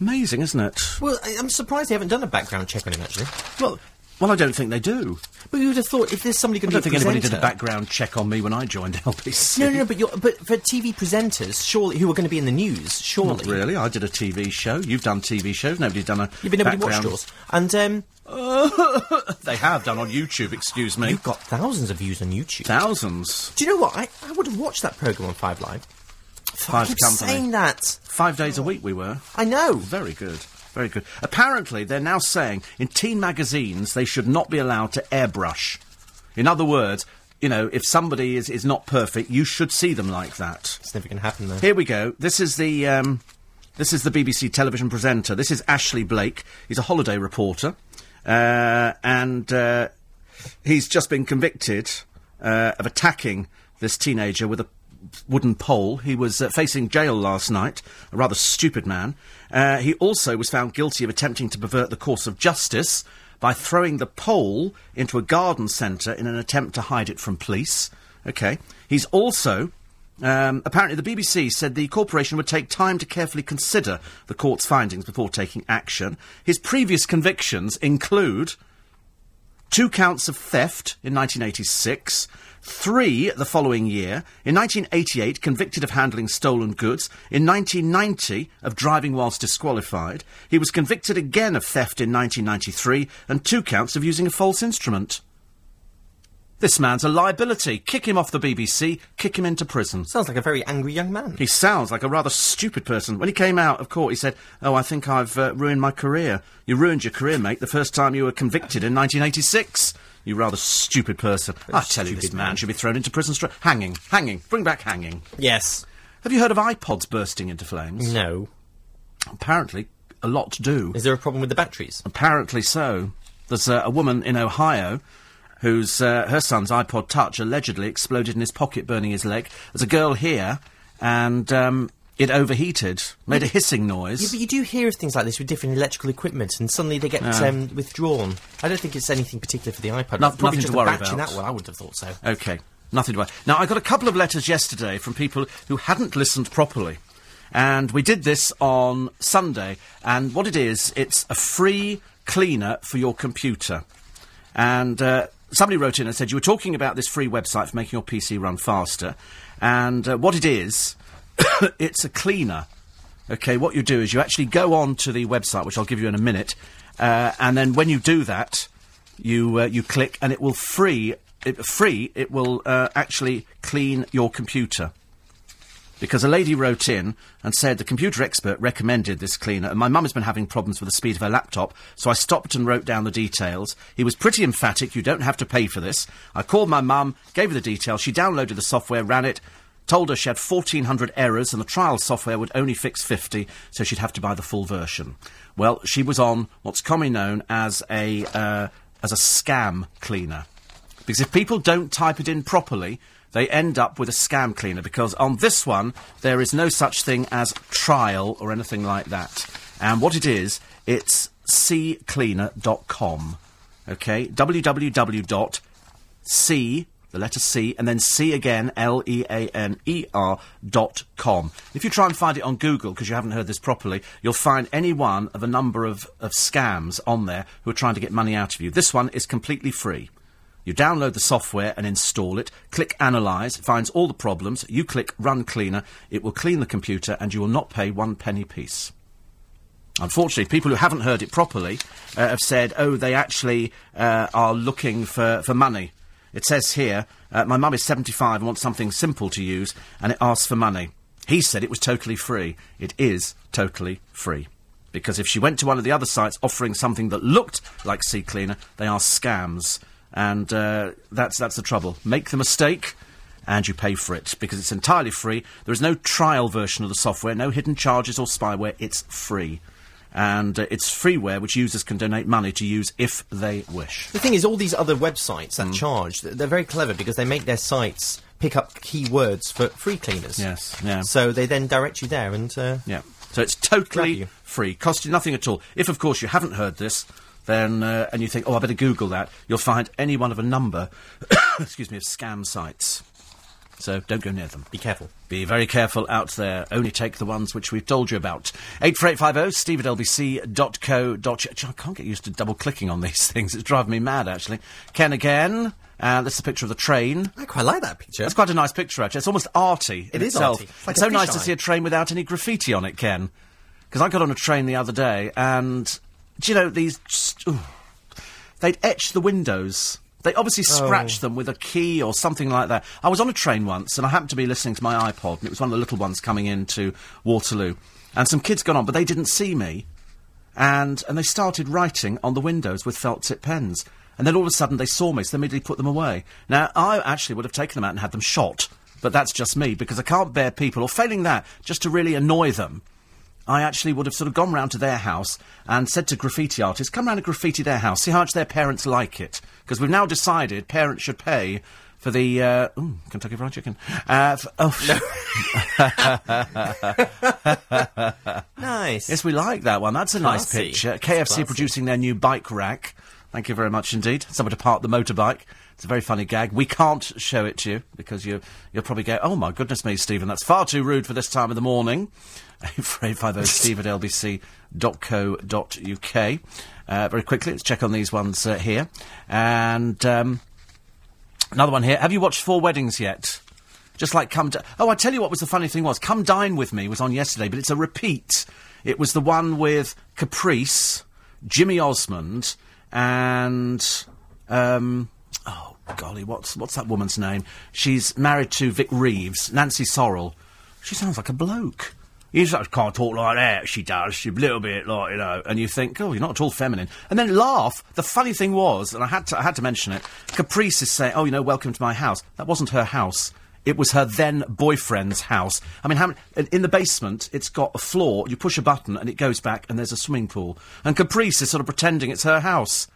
A: Amazing, isn't it?
B: Well, I, I'm surprised they haven't done a background check on him, actually.
A: Well, well, I don't think they do.
B: But you would have thought if there's somebody
A: I
B: going to
A: don't
B: be
A: think anybody did a
B: presenter-
A: background check on me when I joined LBC.
B: No, no, no, but, you're, but for TV presenters, surely, who are going to be in the news, surely.
A: Not really. I did a TV show. You've done TV shows. Nobody's done a.
B: Yeah, but nobody
A: background.
B: watched yours. And um,
A: They have done on YouTube. Excuse me.
B: you've got thousands of views on YouTube.
A: Thousands.
B: Do you know what? I, I would have watched that programme on Five Live. I
A: Five
B: keep
A: company.
B: saying that.
A: Five days a week we were.
B: I know.
A: Very good. Very good. Apparently, they're now saying in teen magazines they should not be allowed to airbrush. In other words, you know, if somebody is, is not perfect, you should see them like that.
B: It's never going to happen, though.
A: Here we go. This is the um, this is the BBC television presenter. This is Ashley Blake. He's a holiday reporter, uh, and uh, he's just been convicted uh, of attacking this teenager with a wooden pole. He was uh, facing jail last night, a rather stupid man. Uh, he also was found guilty of attempting to pervert the course of justice by throwing the pole into a garden centre in an attempt to hide it from police. Okay. He's also um, apparently, the BBC said the corporation would take time to carefully consider the court's findings before taking action. His previous convictions include two counts of theft in 1986, three the following year, in 1988, convicted of handling stolen goods, in 1990, of driving whilst disqualified. He was convicted again of theft in 1993, and two counts of using a false instrument. This man's a liability. Kick him off the BBC, kick him into prison.
B: Sounds like a very angry young man.
A: He sounds like a rather stupid person. When he came out of court, he said, Oh, I think I've uh, ruined my career. You ruined your career, mate, the first time you were convicted in 1986. You rather stupid person. I tell you, this
B: stupid
A: man,
B: man.
A: should be thrown into prison straight. Hanging, hanging, bring back hanging.
B: Yes.
A: Have you heard of iPods bursting into flames?
B: No.
A: Apparently, a lot do.
B: Is there a problem with the batteries?
A: Apparently so. There's uh, a woman in Ohio whose uh, her son's iPod Touch allegedly exploded in his pocket, burning his leg. There's a girl here, and um, it overheated, made a hissing
B: Yeah,
A: noise.
B: but you do hear of things like this with different electrical equipment, and suddenly they get um, withdrawn. I don't think it's anything particular for the iPod.
A: No-
B: It's probably
A: nothing to
B: just a
A: worry
B: batch in
A: about.
B: that one. I would have thought so.
A: Okay, nothing to worry. Now I got a couple of letters yesterday from people who hadn't listened properly, and we did this on Sunday. And what it is, it's a free cleaner for your computer. And uh, somebody wrote in and said you were talking about this free website for making your PC run faster, and uh, what it is, it's a cleaner. Okay, what you do is you actually go on to the website, which I'll give you in a minute, uh, and then when you do that, you uh, you click and it will free it, free it will uh, actually clean your computer because a lady wrote in and said the computer expert recommended this cleaner and my mum has been having problems with the speed of her laptop so i stopped and wrote down the details he was pretty emphatic you don't have to pay for this i called my mum gave her the details she downloaded the software ran it told her she had 1400 errors and the trial software would only fix 50 so she'd have to buy the full version well she was on what's commonly known as a uh, as a scam cleaner because if people don't type it in properly, they end up with a scam cleaner. Because on this one, there is no such thing as trial or anything like that. And what it is, it's ccleaner.com. Okay? www.c, the letter C, and then C again, L E A N E R dot com. If you try and find it on Google, because you haven't heard this properly, you'll find any one of a number of, of scams on there who are trying to get money out of you. This one is completely free. You download the software and install it, click Analyze, it finds all the problems, you click Run Cleaner, it will clean the computer and you will not pay one penny piece. Unfortunately, people who haven't heard it properly uh, have said, oh, they actually uh, are looking for, for money. It says here, uh, my mum is 75 and wants something simple to use, and it asks for money. He said it was totally free. It is totally free. Because if she went to one of the other sites offering something that looked like Sea Cleaner, they are scams. And uh, that's, that's the trouble. Make the mistake, and you pay for it because it's entirely free. There is no trial version of the software, no hidden charges or spyware. It's free. And uh, it's freeware which users can donate money to use if they wish.
B: The thing is, all these other websites
A: Mm.
B: that charge, th- they're very clever because they make their sites pick up keywords for free cleaners.
A: Yes, yeah.
B: So they then direct you there, and uh,
A: Yeah. So it's
B: Grab
A: totally
B: you.
A: free, costs you nothing at all. If, of course, you haven't heard this, then uh, and you think, oh, I better Google that, you'll find any one of a number, excuse me, of scam sites. So don't go near them.
B: be careful.
A: Be very careful out there. Only take the ones which we've told you about. 84850 oh, steve at lbc.co.uk. I can't get used to double clicking on these things. It's driving me mad, actually. Ken again. Uh, that's the picture of the train.
B: I quite like that picture.
A: That's quite a nice picture, actually. It's almost arty. in
B: It is
A: itself.
B: arty. It's like
A: it's
B: a
A: so nice to
B: fisheye.
A: see a train without any graffiti on it, Ken. Because I got on a train the other day, and do you know these? Just, ooh, they'd etched the windows. They obviously
B: Oh.
A: scratched them with a key or something like that. I was on a train once, and I happened to be listening to my iPod, and it was one of the little ones coming into Waterloo, and some kids got on, but they didn't see me and and they started writing on the windows with felt tip pens. And then all of a sudden they saw me, so they immediately put them away. Now I actually would have taken them out and had them shot, but that's just me because I can't bear people, or failing that, just to really annoy them. I actually would have sort of gone round to their house and said to graffiti artists, come round and graffiti their house, see how much their parents like it. Because we've now decided parents should pay for the uh, ooh, Kentucky Fried Chicken. Uh, f- oh,
B: Nice.
A: yes, we like that one. That's a nice
B: Classy.
A: picture. KFC producing their new bike rack. Thank you very much indeed. Someone to park the motorbike. It's a very funny gag. We can't show it to you because you you'll probably go, oh my goodness me, Stephen, that's far too rude for this time of the morning. 850 steve at lbc.co.uk. Uh, very quickly, let's check on these ones uh, here. And um, Another one here. Have you watched Four Weddings yet? Just like come. Di- oh, I tell you what was the funny thing was. Come dine with me was on yesterday, but it's a repeat. It was the one with Caprice, Jimmy Osmond, and um, oh golly, what's what's that woman's name? She's married to Vic Reeves, Nancy Sorrell. She sounds like a bloke. You just can't talk like that. She does. She's a little bit like you know, and you think, oh, you're not at all feminine. And then laugh. The funny thing was, and I had to, I had to mention it. Caprice is saying, oh, you know, welcome to my house. That wasn't her house. It was her then boyfriend's house. I mean, how many, in- in the basement, it's got a floor. You push a button and it goes back, and there's a swimming pool. And Caprice is sort of pretending it's her house.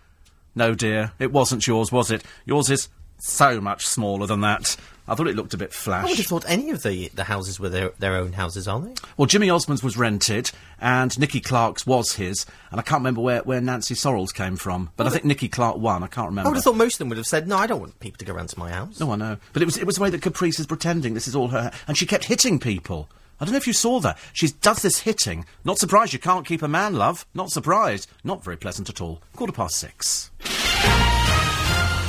A: No, dear, it wasn't yours, was it? Yours is so much smaller than that. I thought it looked a bit flash.
B: I would have thought any of the, the houses were their, their own houses, aren't they?
A: Well, Jimmy Osmond's was rented, and Nicky Clark's was his, and I can't remember where, where Nancy Sorrell's came from, but I think Nicky Clark won. I can't
B: I
A: remember.
B: would have thought most of them would have said, no, I don't want people to go round to my house.
A: no, I know. But it was it was the way that Caprice is pretending this is all her, and she kept hitting people. I don't know if you saw that. She does this hitting. Not surprised you can't keep a man, love. Not surprised. Not very pleasant at all. Quarter past six.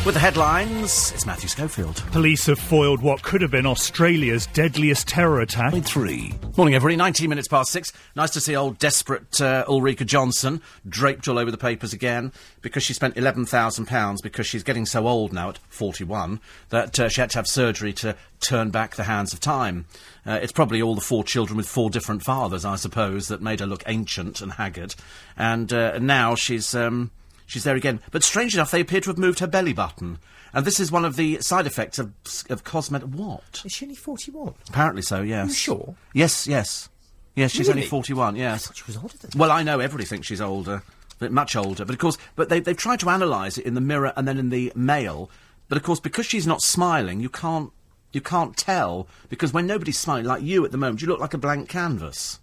A: With the headlines, it's Matthew Schofield.
H: Police have foiled what could have been Australia's deadliest terror attack.
D: Three.
A: Morning, everybody. 19 minutes past six. Nice to see old desperate uh, Ulrika Johnson draped all over the papers again because she spent £11,000 because she's getting so old now at 41 that uh, she had to have surgery to turn back the hands of time. Uh, it's probably all the four children with four different fathers, I suppose, that made her look ancient and haggard. And uh, now she's. Um, She's there again. But strange enough, they appear to have moved her belly button. And this is one of the side effects of, of cosmetic. What?
B: Is she only 41?
A: Apparently so, yes.
B: You sure?
A: Yes, yes. Yes, she's only
B: Really?
A: 41, yes.
B: She was older than
A: Well, I know everybody thinks she's older, but much older. But of course, but they, they've tried to analyse it in the mirror and then in the mail. But of course, because she's not smiling, you can't, you can't tell. Because when nobody's smiling, like you at the moment, you look like a blank canvas.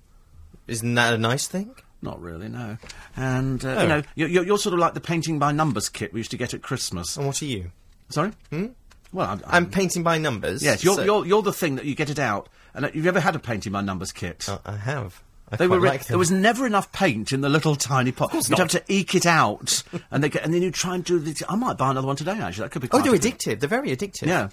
B: Isn't that a nice thing?
A: Not really, no. And, uh,
B: Oh.
A: you know, you're, you're, you're sort of like the painting by numbers kit we used to get at Christmas.
B: And what are you?
A: Sorry? Hmm? Well, I'm, I'm,
B: I'm painting by numbers.
A: yes, you're,
B: so-
A: you're, you're the thing that you get it out. And uh, have you ever had a painting by numbers kit?
B: I- I have. I
A: They
B: quite
A: were ri-
B: like them.
A: there was never enough paint in the little tiny pot. You'd have to eke it out, and they get, and then you try and do the. I might buy another one today. Actually, that could be.
B: Oh,
A: Quite
B: they're
A: a good-
B: addictive. They're very addictive.
A: Yeah,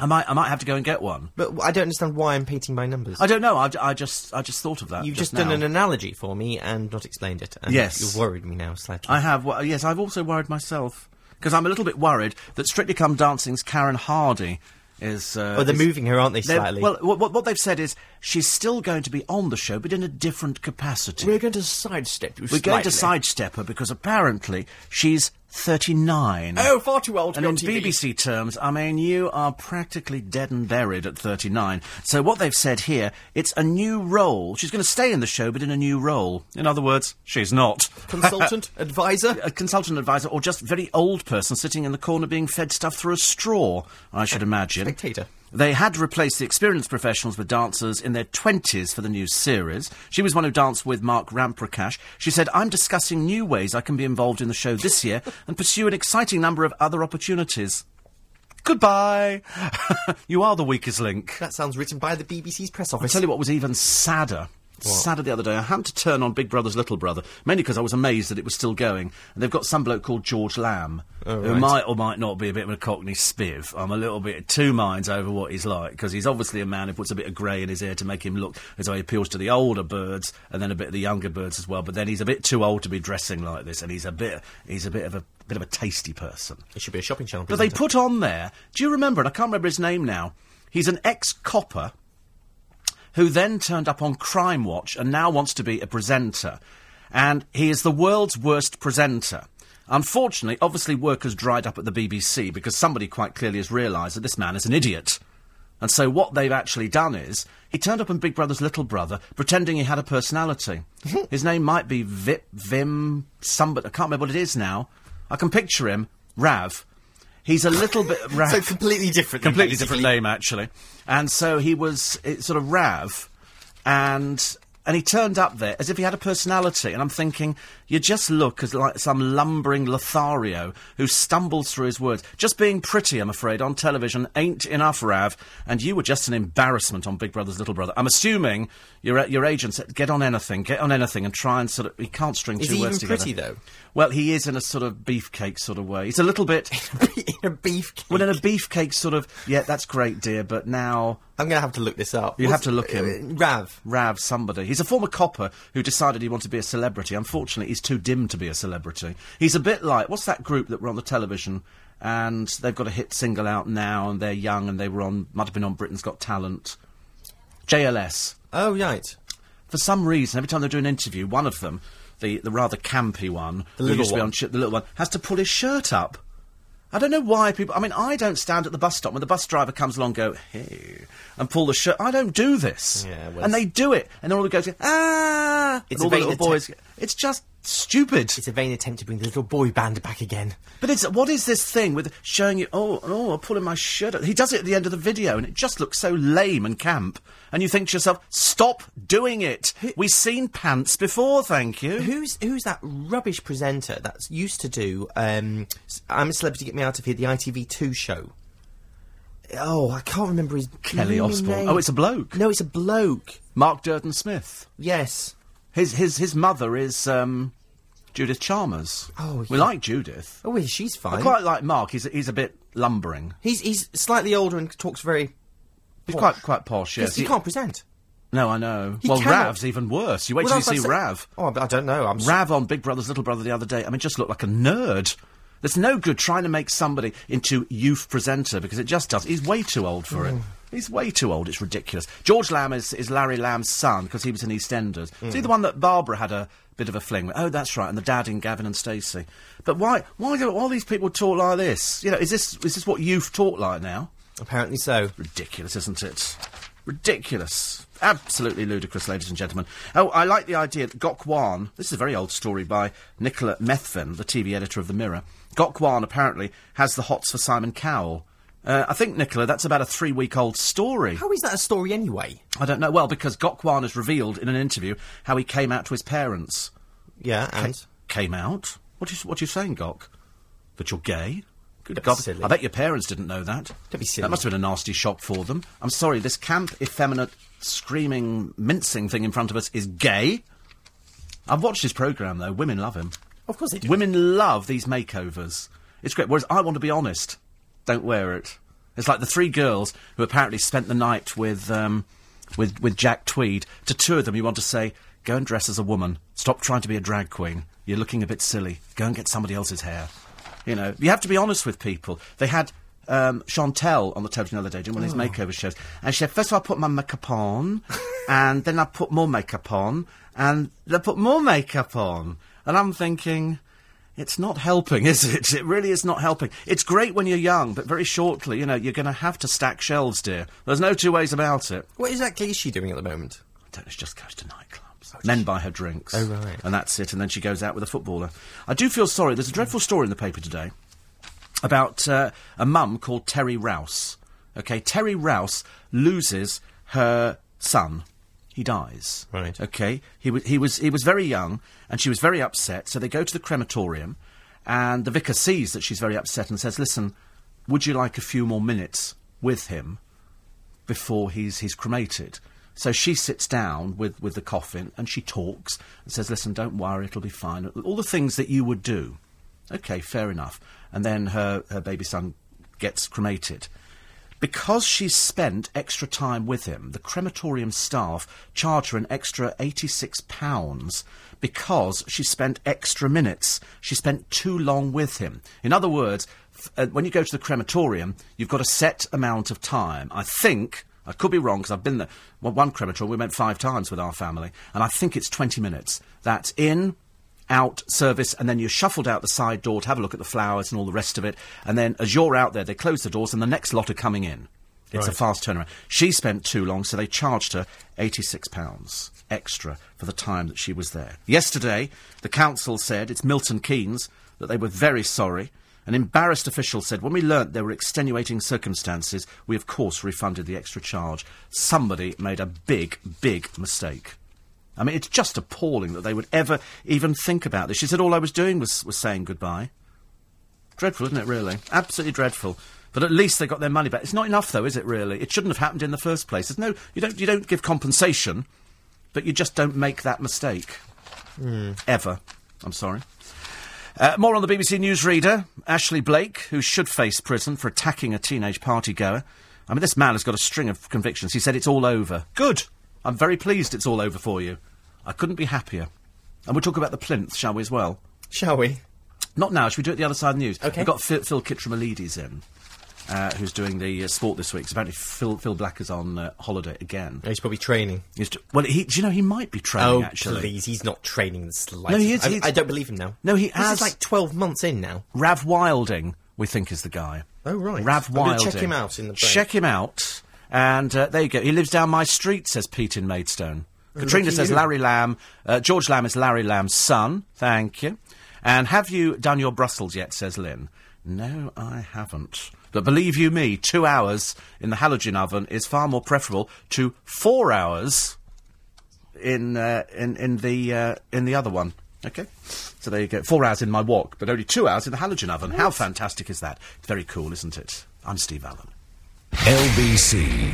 A: I might. I might have to go and get one.
B: But w- I don't understand why I'm painting by numbers.
A: I don't know. I, I just. I just thought of that.
B: You've
A: just
B: just, done
A: now.
B: an analogy for me and not explained it. And
A: Yes.
B: You've worried me now slightly.
A: I have. Well, yes, I've also worried myself because I'm a little bit worried that Strictly Come Dancing's Karen Hardy is. Uh,
B: Oh, they're
A: is-
B: moving her, aren't they,
A: they're-
B: slightly?
A: Well, what, what they've said is she's still going to be on the show, but in a different capacity.
B: going to sidestep you
A: We're going to sidestep her because apparently she's 39.
B: Oh, far too old to
A: And
B: be
A: in
B: on TV.
A: BBC terms, I mean, you are practically dead and buried at 39. So what they've said here, it's a new role. She's going to stay in the show, but in a new role. In other words, she's not.
B: Consultant, advisor.
A: a consultant advisor or just very old person sitting in the corner being fed stuff through a straw, I should imagine.
B: Spectator.
A: They had replaced the experienced professionals with dancers in their 20s for the new series. She was one who danced with Mark Ramprakash. She said, I'm discussing new ways I can be involved in the show this year and pursue an exciting number of other opportunities. Goodbye. you are the weakest link.
B: That sounds written by the BBC's press
A: I
B: office.
A: tell you what was even sadder. Sadder the other day. I happened to turn on Big Brother's Little Brother, mainly because I was amazed that it was still going. And they've got some bloke called George Lamb, who might or might not be a bit of a cockney spiv. I'm a little bit two minds over what he's like, because he's obviously a man who puts a bit of grey in his hair to make him look as though he appeals to the older birds and then a bit of the younger birds as well. But then he's a bit too old to be dressing like this, and he's a bit he's a bit of a bit of a tasty person.
B: It should be a shopping channel.
A: But they
B: presenter.
A: put on there. Do you remember? And I can't remember his name now. He's an ex copper who then turned up on Crime Watch and now wants to be a presenter. And he is the world's worst presenter. Unfortunately, obviously, work has dried up at the BBC because somebody quite clearly has realised that this man is an idiot. And so what they've actually done is he turned up in Big Brother's Little Brother pretending he had a personality. His name might be Vip, Vim, somebody. I can't remember what it is now. I can picture him, Rav. He's a little bit Rav.
B: So completely different.
A: completely
B: basically.
A: different name actually. And so he was it, sort of Rav, and and he turned up there as if he had a personality. And I'm thinking, you just look as like some lumbering Lothario who stumbles through his words. Just being pretty, I'm afraid, on television ain't enough, Rav. And you were just an embarrassment on Big Brother's Little Brother. I'm assuming your your agent said, get on anything, get on anything, and try and sort of he can't string
B: Is
A: two
B: he
A: words
B: even
A: together.
B: pretty, though?
A: Well, he is in a sort of beefcake sort of way. He's a little bit.
B: in a beefcake.
A: Well, in a beefcake sort of, yeah, that's great, dear, but now
B: I'm going to have to look this up.
A: You
B: What's-
A: have to look him.
B: uh, Rav.
A: Rav somebody. He's a former copper who decided he wanted to be a celebrity. Unfortunately, he's too dim to be a celebrity. He's a bit like what's that group that were on the television and they've got a hit single out now and they're young and they were on might have been on Britain's Got Talent. JLS.
B: Oh, right.
A: For some reason, every time they do an interview, one of them, the, the rather campy one, the
B: little
A: used to be
B: one.
A: on sh- the little one, has to pull his shirt up. I don't know why people. I mean, I don't stand at the bus stop when the bus driver comes along, go hey, and pull the shirt. I don't do this,
B: Yeah, well,
A: and they do it, and all the girls go ah,
B: It's
A: and all the
B: a vain
A: little boys.
B: attempt-
A: It's just stupid.
B: It's a vain attempt to bring the little boy band back again.
A: But it's what is this thing with showing you? Oh, oh, I'm pulling my shirt. Up. He does it at the end of the video, and it just looks so lame and camp. And you think to yourself, stop doing it. We've seen pants before, thank you.
B: Who's who's that rubbish presenter that's used to do? Um, s- I'm a celebrity, get me out of here. The ITV2 show. Oh, I can't remember his
A: Kelly
B: blooming
A: Osbourne.
B: name.
A: Oh, it's a bloke.
B: no, it's a bloke.
A: Mark Durden Smith.
B: Yes,
A: His his his mother is um, Judith Chalmers.
B: Oh,
A: we
B: yeah.
A: like Judith.
B: Oh, well, she's fine.
A: I quite like Mark. He's he's a bit lumbering.
B: He's he's slightly older and talks very.
A: He's quite quite posh. Yes.
B: Yes, he, can't present.
A: No, I know.
B: He
A: well,
B: cannot-
A: Rav's even worse. You wait
B: Well,
A: till
B: I
A: you
B: was about
A: see
B: to say-
A: Rav.
B: Oh, I I don't know. I'm. s-
A: Rav on Big Brother's Little Brother the other day. I mean, just looked like a nerd. There's no good trying to make somebody into youth presenter because it just does. He's way too old for it. He's way too old. It's ridiculous. George Lamb is, is Larry Lamb's son because he was in EastEnders. See the one that Barbara had a bit of a fling with. Oh, that's right, and the dad in Gavin and Stacey. But why? Why do all these people talk like this? You know, is this is this what youth talk like now?
B: apparently so.
A: Ridiculous, isn't it? Ridiculous. Absolutely ludicrous, ladies and gentlemen. Oh, I like the idea that Gokwan, this is a very old story by Nicola Methven, the TV editor of The Mirror. Gokwan apparently has the hots for Simon Cowell. Uh, I think, Nicola, that's about a three week old story.
B: How is that a story anyway?
A: I don't know. Well, because Gokwan has revealed in an interview how he came out to his parents.
B: Yeah, and
A: Came out? What are you, what are you saying, Gok? That you're gay? Good
B: Don't be
A: God.
B: silly.
A: I bet your parents didn't know that.
B: Don't be silly.
A: That must have been a nasty shock for them. I'm sorry, this camp, effeminate, screaming, mincing thing in front of us is gay. I've watched his programme, though. Women love him.
B: of course they do.
A: Women love these makeovers. It's great. Whereas I want to be honest. Don't wear it. It's like the three girls who apparently spent the night with, um, with, with Jack Tweed. To two of them, you want to say, go and dress as a woman. Stop trying to be a drag queen. You're looking a bit silly. Go and get somebody else's hair. You know, you have to be honest with people. They had um, Chantel on the television the other day doing one of these makeover shows. And she said, first of all, I put my makeup on, and then I put more makeup on, and then I put more makeup on. And I'm thinking, it's not helping, is it? It really is not helping. It's great when you're young, but very shortly, you know, you're going to have to stack shelves, dear. There's no two ways about it.
B: What exactly is she doing at the moment?
A: Don't know, she just goes to nightclubs. Men buy her drinks.
B: Oh, right.
A: And that's it. And then she goes out with a footballer. I do feel sorry. There's a dreadful story in the paper today about uh, a mum called Terry Rouse. Okay, Terry Rouse loses her son. He dies.
B: Right.
A: Okay. He was he was he was very young, and she was very upset. So they go to the crematorium, and the vicar sees that she's very upset and says, "Listen, would you like a few more minutes with him before he's he's cremated?" So she sits down with, with the coffin and she talks and says, "Listen, don't worry, it'll be fine." All the things that you would do. Okay, fair enough. And then her, her baby son gets cremated. Because she spent extra time with him, the crematorium staff charge her an extra £86 because she spent extra minutes. She spent too long with him. In other words, f- uh, when you go to the crematorium, you've got a set amount of time. I think, I could be wrong because I've been there. Well, one crematorium, we went five times with our family, and I think it's 20 minutes. That's in, out service, and then you're shuffled out the side door to have a look at the flowers and all the rest of it. And then as you're out there, they close the doors, and the next lot are coming in. It's a fast turnaround. She spent too long, so they charged her £86 extra for the time that she was there. Yesterday, the council said, it's Milton Keynes, that they were very sorry. An embarrassed official said, when we learnt there were extenuating circumstances, we of course refunded the extra charge. Somebody made a big, big mistake. I mean, it's just appalling that they would ever even think about this. She said, all I was doing was, was saying goodbye. Dreadful, isn't it, really? Absolutely dreadful. But at least they got their money back. It's not enough, though, is it, really? It shouldn't have happened in the first place. There's no, you, don't, you don't give compensation, but you just don't make that mistake. Ever. I'm sorry. Uh, more on the BBC Newsreader. Ashley Blake, who should face prison for attacking a teenage partygoer. I mean, this man has got a string of convictions. He said it's all over. Good. I'm very pleased it's all over for you. I couldn't be happier. And we'll talk about the plinth, shall we, as well?
B: Shall we?
A: Not now. Should we do it the other side of the news?
B: Okay.
A: We've got Phil, Phil Kitramalides in, uh, who's doing the uh, sport this week. So apparently Phil, Phil Black is on uh, holiday again.
B: No, he's probably training.
A: He's do- well, he, do you know he might be training
B: oh,
A: actually.
B: please. He's not training the slightest.
A: No, he is-
B: I,
A: he's-
B: I don't believe him now.
A: No, he
B: this
A: has-
B: is like 12 months in now.
A: Rav Wilding, we think is the guy.
B: Oh, right.
A: Rav
B: I'm gonna
A: Wilding.
B: check him out in the break.
A: Check him out, and uh, there you go. He lives down my street, says Pete in Maidstone. Katrina
B: lucky
A: says
B: Oh, you.
A: Larry Lamb. Uh, George Lamb is Larry Lamb's son. Thank you. And have you done your Brussels yet? Says Lynn. No, I haven't. But believe you me, two hours in the halogen oven is far more preferable to four hours in uh, in in the uh, in the other one. Okay, so there you go. Four hours in my walk, but only two hours in the halogen oven. How fantastic is that? Very cool, isn't it? I'm Steve Allen.
D: LBC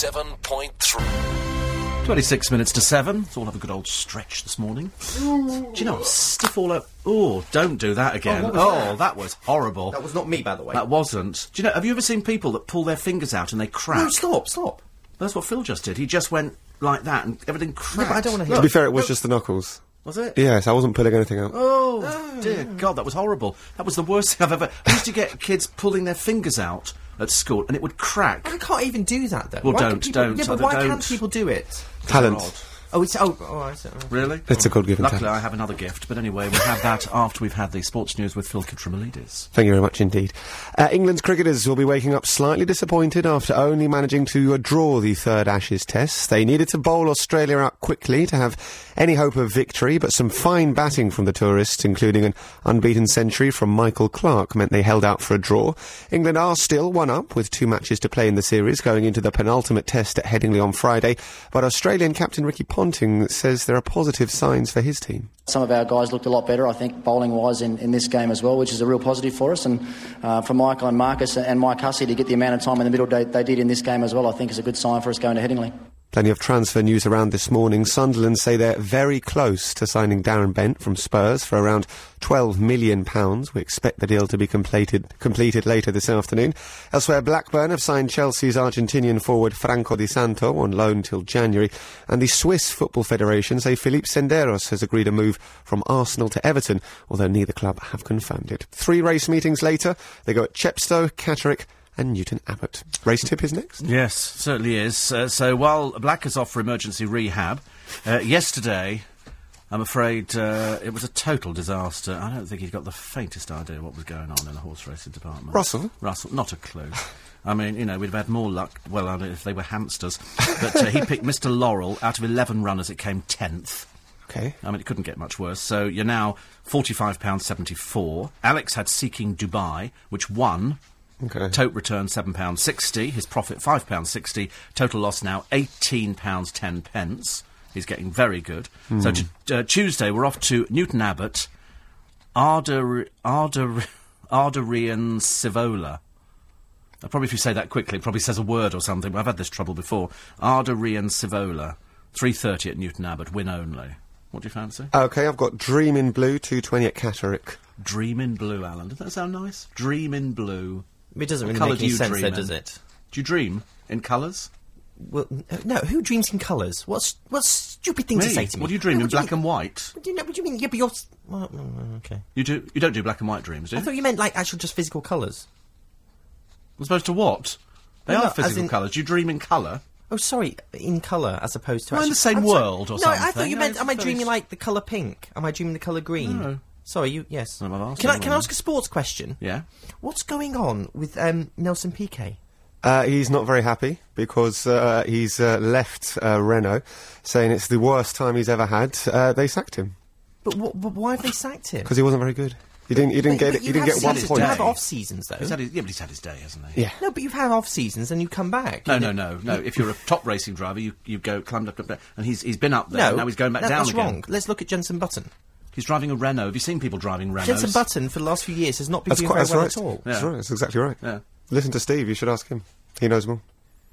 D: 97.3.
A: 26 minutes to seven. So we'll have a good old stretch this morning. Do you know, I'm stiff all up. Oh, don't do that again. Oh,
B: what was
A: that? was horrible.
B: That was not me, by the way.
A: That wasn't. Do you know, have you ever seen people that pull their fingers out and they crack?
B: no, stop, stop.
A: That's what Phil just did. He just went like that and everything cracked.
B: I don't want to hear
I: To be fair, it was just the knuckles.
A: Was it?
I: Yes, I wasn't pulling anything out.
A: Oh,
I: Ah.
A: dear God, that was horrible. That was the worst thing I've ever. I used to get kids pulling their fingers out at school, and it would crack.
B: I can't even do that, though.
A: Well,
B: Why can
A: don't,
B: people-
A: don't,
B: Yeah, but
A: I
B: why
A: don't.
B: can't people do it?
A: They're odd.
I: Talent.
B: Oh, it's... Oh, oh I see. oh.
A: Really?
I: It's a good given
A: Luckily,
I: talent.
A: I have another gift. But anyway, we'll have that after we've had the sports news with Phil Kitramalides.
I: Thank you very much indeed. Uh, England's cricketers will be waking up slightly disappointed after only managing to uh, draw the third Ashes test. They needed to bowl Australia out quickly to have any hope of victory, but some fine batting from the tourists, including an unbeaten century from Michael Clark, meant they held out for a draw. England are still one up with two matches to play in the series going into the penultimate test at Headingley on Friday, but Australian captain Ricky Ponting says there are positive signs for his team.
J: Some of our guys looked a lot better, I think, bowling wise in, in this game as well, which is a real positive for us. And uh, for Michael and Marcus and Mike Hussey to get the amount of time in the middle they, they did in this game as well, I think is a good sign for us going to Headingley.
I: Plenty of transfer news around this morning. Sunderland say they're very close to signing Darren Bent from Spurs for around £12 million. We expect the deal to be completed, completed later this afternoon. Elsewhere, Blackburn have signed Chelsea's Argentinian forward Franco Di Santo on loan till January. And the Swiss Football Federation say Philippe Senderos has agreed a move from Arsenal to Everton, although neither club have confirmed it. Three race meetings later, they go at Chepstow, Catterick, and Newton Abbott. Race tip is next.
A: Yes, certainly is. Uh, so while Black is off for emergency rehab, uh, yesterday, I'm afraid uh, it was a total disaster. I don't think he's got the faintest idea what was going on in the horse racing department.
I: Russell?
A: Russell, not a clue. I mean, you know, we'd have had more luck. Well, I don't know if they were hamsters, but uh, he picked Mr. Laurel out of 11 runners. It came 10th.
I: Okay.
A: I mean, it couldn't get much worse. So you're now £45.74. Alex had Seeking Dubai, which won.
I: Okay.
A: Tote return £7.60. His profit £5.60. Total loss now £18.10. Pence. He's getting very good. So t- uh, Tuesday, we're off to Newton Abbott, Arder- Arder- Arderian Sivola. Uh, Probably if you say that quickly, it probably says a word or something. I've had this trouble before. Arderian Sivola, 3.30 at Newton Abbott, win only. What do you fancy?
I: Okay, I've got Dream in Blue, 220 at Catterick.
A: Dream in blue, Alan. Does that sound nice? Dream in blue.
B: It doesn't
A: What
B: really
A: colour
B: make
A: do
B: any
A: you
B: sense,
A: dream
B: though,
A: in?
B: does it?
A: Do you dream in colours?
B: Well, n- no. Who dreams in colours? What's what stupid thing to
A: Me?
B: say to me?
A: What do you dream
B: No,
A: in black
B: mean-
A: and white?
B: What do you, know, what do you mean? Yeah, but you're. s- Well, mm, mm, okay.
A: You do. You don't do black and white dreams, do
B: I
A: you?
B: thought you meant like actual just physical colours.
A: As opposed to what? They
B: No,
A: are
B: no, as
A: physical
B: in-
A: colours. Do you dream in colour?
B: Oh, sorry, in colour as opposed to.
A: We're in
B: actually,
A: the same
B: I'm sorry.
A: world or
B: no, I
A: something.
B: thought you
A: No,
B: meant.
A: it's
B: Am I
A: very
B: dreaming
A: s-
B: like the colour pink? Am I dreaming the colour green?
A: No.
B: Sorry, you. Yes.
A: No, I've asked
B: Can I
A: you
B: can I
A: one.
B: ask a sports question?
A: Yeah.
B: What's going on with um, Nelson Piquet?
I: Uh, he's not very happy because uh, he's uh, left uh, Renault, saying it's the worst time he's ever had. Uh, they sacked him
B: But, wh- but why have they sacked him?
I: because he wasn't very good. He didn't. He didn't
B: But-
I: get.
B: but
I: He
B: you
I: didn't
B: have
I: get one
B: seasons-
I: point.
B: You have off seasons though.
A: He's had his, yeah, but he's had his day, hasn't he?
I: Yeah.
B: No, but you have off seasons and you come back.
A: No,
B: You
A: no,
B: know-
A: no, no. If you're a top racing driver, you, you go climbed up, up there, and he's he's been up there.
B: No,
A: and now he's going back
B: that-
A: down
B: that's
A: again.
B: wrong. Let's look at Jensen Button.
A: He's driving a Renault. Have you seen people driving Renaults?
B: Jensen Button for the last few years has not been
I: That's
B: doing
I: quite.
B: very
I: That's
B: well
I: right.
B: at all.
I: That's
A: Yeah.
I: right. That's exactly right.
A: Yeah.
I: Listen to Steve. You should ask him. He knows more.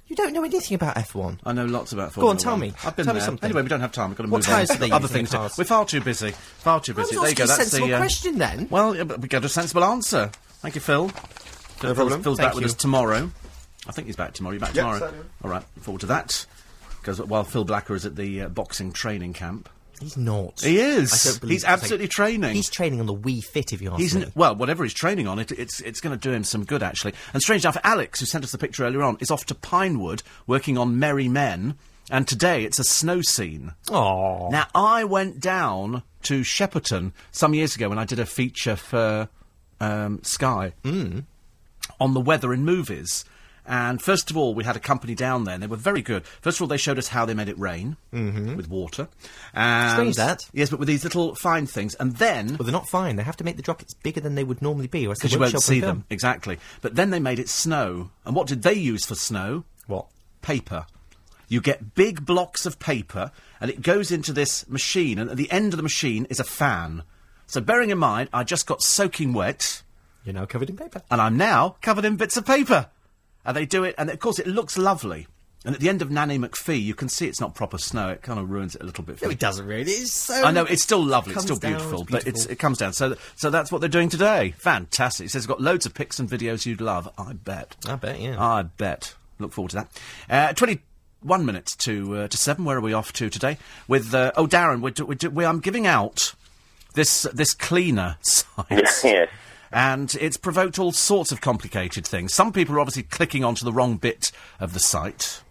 B: You don't know anything about F1.
A: I know lots about
B: Go on,
A: Formula
B: tell
A: One.
B: me.
A: I've been
B: Tell me
A: there.
B: something.
A: Anyway, we don't have time. We've got to
B: What
A: move
B: tyres
A: on.
B: do they
A: Other
B: use in
A: things. to-
B: cars?
A: We're far too busy. Far too
B: I was
A: busy. There you
B: asking
A: go.
B: a
A: That's the
B: sensible
A: uh,
B: question then.
A: Well, yeah, but we got a sensible answer. Thank you, Phil. Phil Phil's-
I: problem.
A: Phil's
B: Thank
A: back with
B: you.
A: us tomorrow. I think he's back tomorrow. You back
I: Yeah,
A: tomorrow?
I: Saturday.
A: All right. Look forward to that. Because while Phil Blacker is at the uh, boxing training camp,
B: He's not.
A: He is.
B: I don't believe
A: He's
B: it. It's
A: absolutely training.
B: He's training on the Wii Fit, if you ask
A: He's
B: me.
A: n- well, whatever he's training on, it, it's it's going to do him some good actually. And strange enough, Alex, who sent us the picture earlier on, is off to Pinewood working on Merry Men. And today it's a snow scene.
B: Oh. Aw.
A: Now I went down to Shepperton some years ago when I did a feature for um, Sky
B: Hmm.
A: on the weather in movies. And first of all, we had a company down there, and they were very good. First of all, they showed us how they made it rain with water. And
B: Mm-hmm. Strange that.
A: Yes, but with these little fine things. And then
B: Well, they're not fine. They have to make the droplets bigger than they would normally be, or else
A: because
B: they
A: you
B: won't
A: won't
B: show up on
A: see them
B: film.
A: exactly. But then they made it snow, and what did they use for snow?
B: What?
A: Paper. You get big blocks of paper, and it goes into this machine, and at the end of the machine is a fan. So, bearing in mind, I just got soaking wet,
B: You're now covered in paper.
A: and I'm now covered in bits of paper. And they do it, and of course, it looks lovely. And at the end of Nanny McPhee, you can see it's not proper snow. It kind of ruins it a little bit. for
B: No,
A: me.
B: it doesn't really. It's so.
A: I know it's still lovely, it's
B: Um, comes
A: still
B: down,
A: beautiful,
B: it's
A: but it's, it comes down. So, th- so that's what they're doing today. Fantastic. It says it's got loads of pics and videos you'd love. I bet.
B: I bet, yeah.
A: I bet. Look forward to that. Uh, Twenty-one minutes to uh, to seven. Where are we off to today? With uh, oh, Darren, we're, do, we're, do, we I'm giving out this this cleaner site.
K: Yes.
A: And it's provoked all sorts of complicated things. Some people are obviously clicking onto the wrong bit of the site.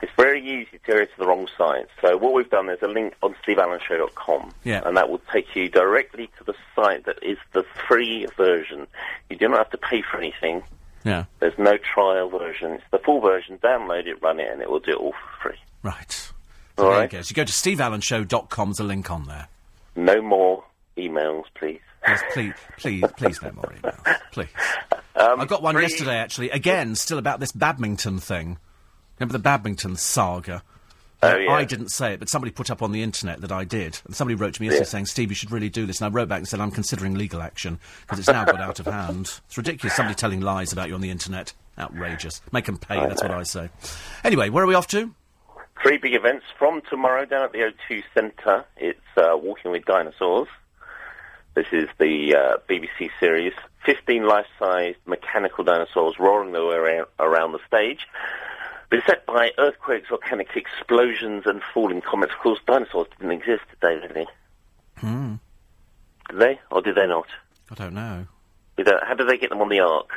K: It's very easy to go to the wrong site. So what we've done, there's a link on steveallenshow.com,
A: Yeah.
K: and that will take you directly to the site that is the free version. You do not have to pay for anything.
A: Yeah.
K: There's no trial version. It's the full version. Download it, run it, and it will do it all for free.
A: Right.
K: All
A: there
K: right.
A: you go. So you go to steveallenshow.com's a link on there.
K: No more emails, please.
A: Yes, please, please, please, no more emails. Please. I got one
K: Um, three-
A: yesterday, actually. Again, still about this badminton thing. Remember the badminton saga?
K: Oh, yeah.
A: I didn't say it, but somebody put up on the internet that I did. And somebody wrote to me yesterday
K: Yeah.
A: saying, Steve, you should really do this. And I wrote back and said, I'm considering legal action because it's now got out of hand. It's ridiculous. Somebody telling lies about you on the internet. Outrageous. Make 'em pay, that's what I say. Anyway, where are we off to?
K: Three big events from tomorrow down at the O2 Centre. It's uh, Walking with Dinosaurs. This is the uh, BBC series. 15 life-sized mechanical dinosaurs roaring their way around, around the stage. Beset by earthquakes, volcanic explosions, and falling comets. Of course, dinosaurs didn't exist today, did they? Did they? Or did they not?
A: I don't know.
K: Did they, how did they get them on the Ark?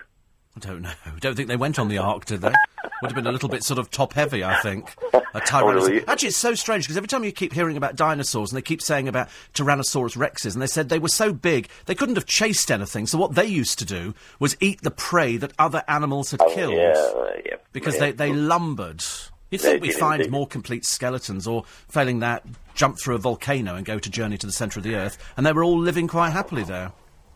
A: I don't know. Don't think they went on the Ark, did they? Would have been a little bit sort of top heavy, I think. A
K: Oh,
A: Tyrannosaurus.
K: really?
A: Actually, it's so strange because every time you keep hearing about dinosaurs and they keep saying about Tyrannosaurus rexes, and they said they were so big they couldn't have chased anything. So what they used to do was eat the prey that other animals had killed
K: Oh, Yeah, yeah.
A: because
K: yeah.
A: they, they lumbered. You'd think
K: They
A: we'd
K: did
A: find
K: indeed.
A: more complete skeletons, or failing that, jump through a volcano and go to journey to the centre of the earth, and they were all living quite happily there.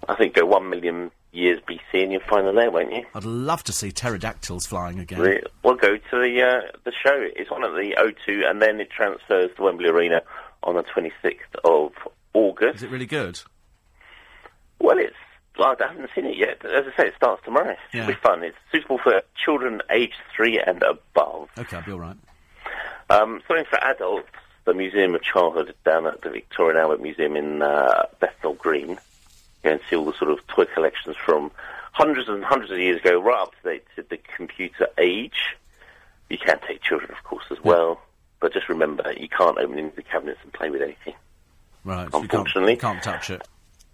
K: I think go one million years BC and you'll find them there, won't you?
A: I'd love to see pterodactyls flying again.
K: Re- We'll go to the uh, the show. It's on at the O2, and then it transfers to Wembley Arena on the 26th of
A: Is
K: August.
A: it really good?
K: Well, it's well, I haven't seen it yet. As I say, it starts tomorrow.
A: Yeah.
K: It'll be fun. It's suitable for children aged three and above.
A: Okay, I'll be all right.
K: Um, something for adults. The Museum of Childhood down at the Victoria and Albert Museum in uh, Bethnal Green. Go and see all the sort of toy collections from hundreds and hundreds of years ago, right up to date to the computer age. You can take children, of course, as well. But just remember, you can't open any of the cabinets and play with anything.
A: Right. so
K: Unfortunately.
A: you can't, you can't touch it.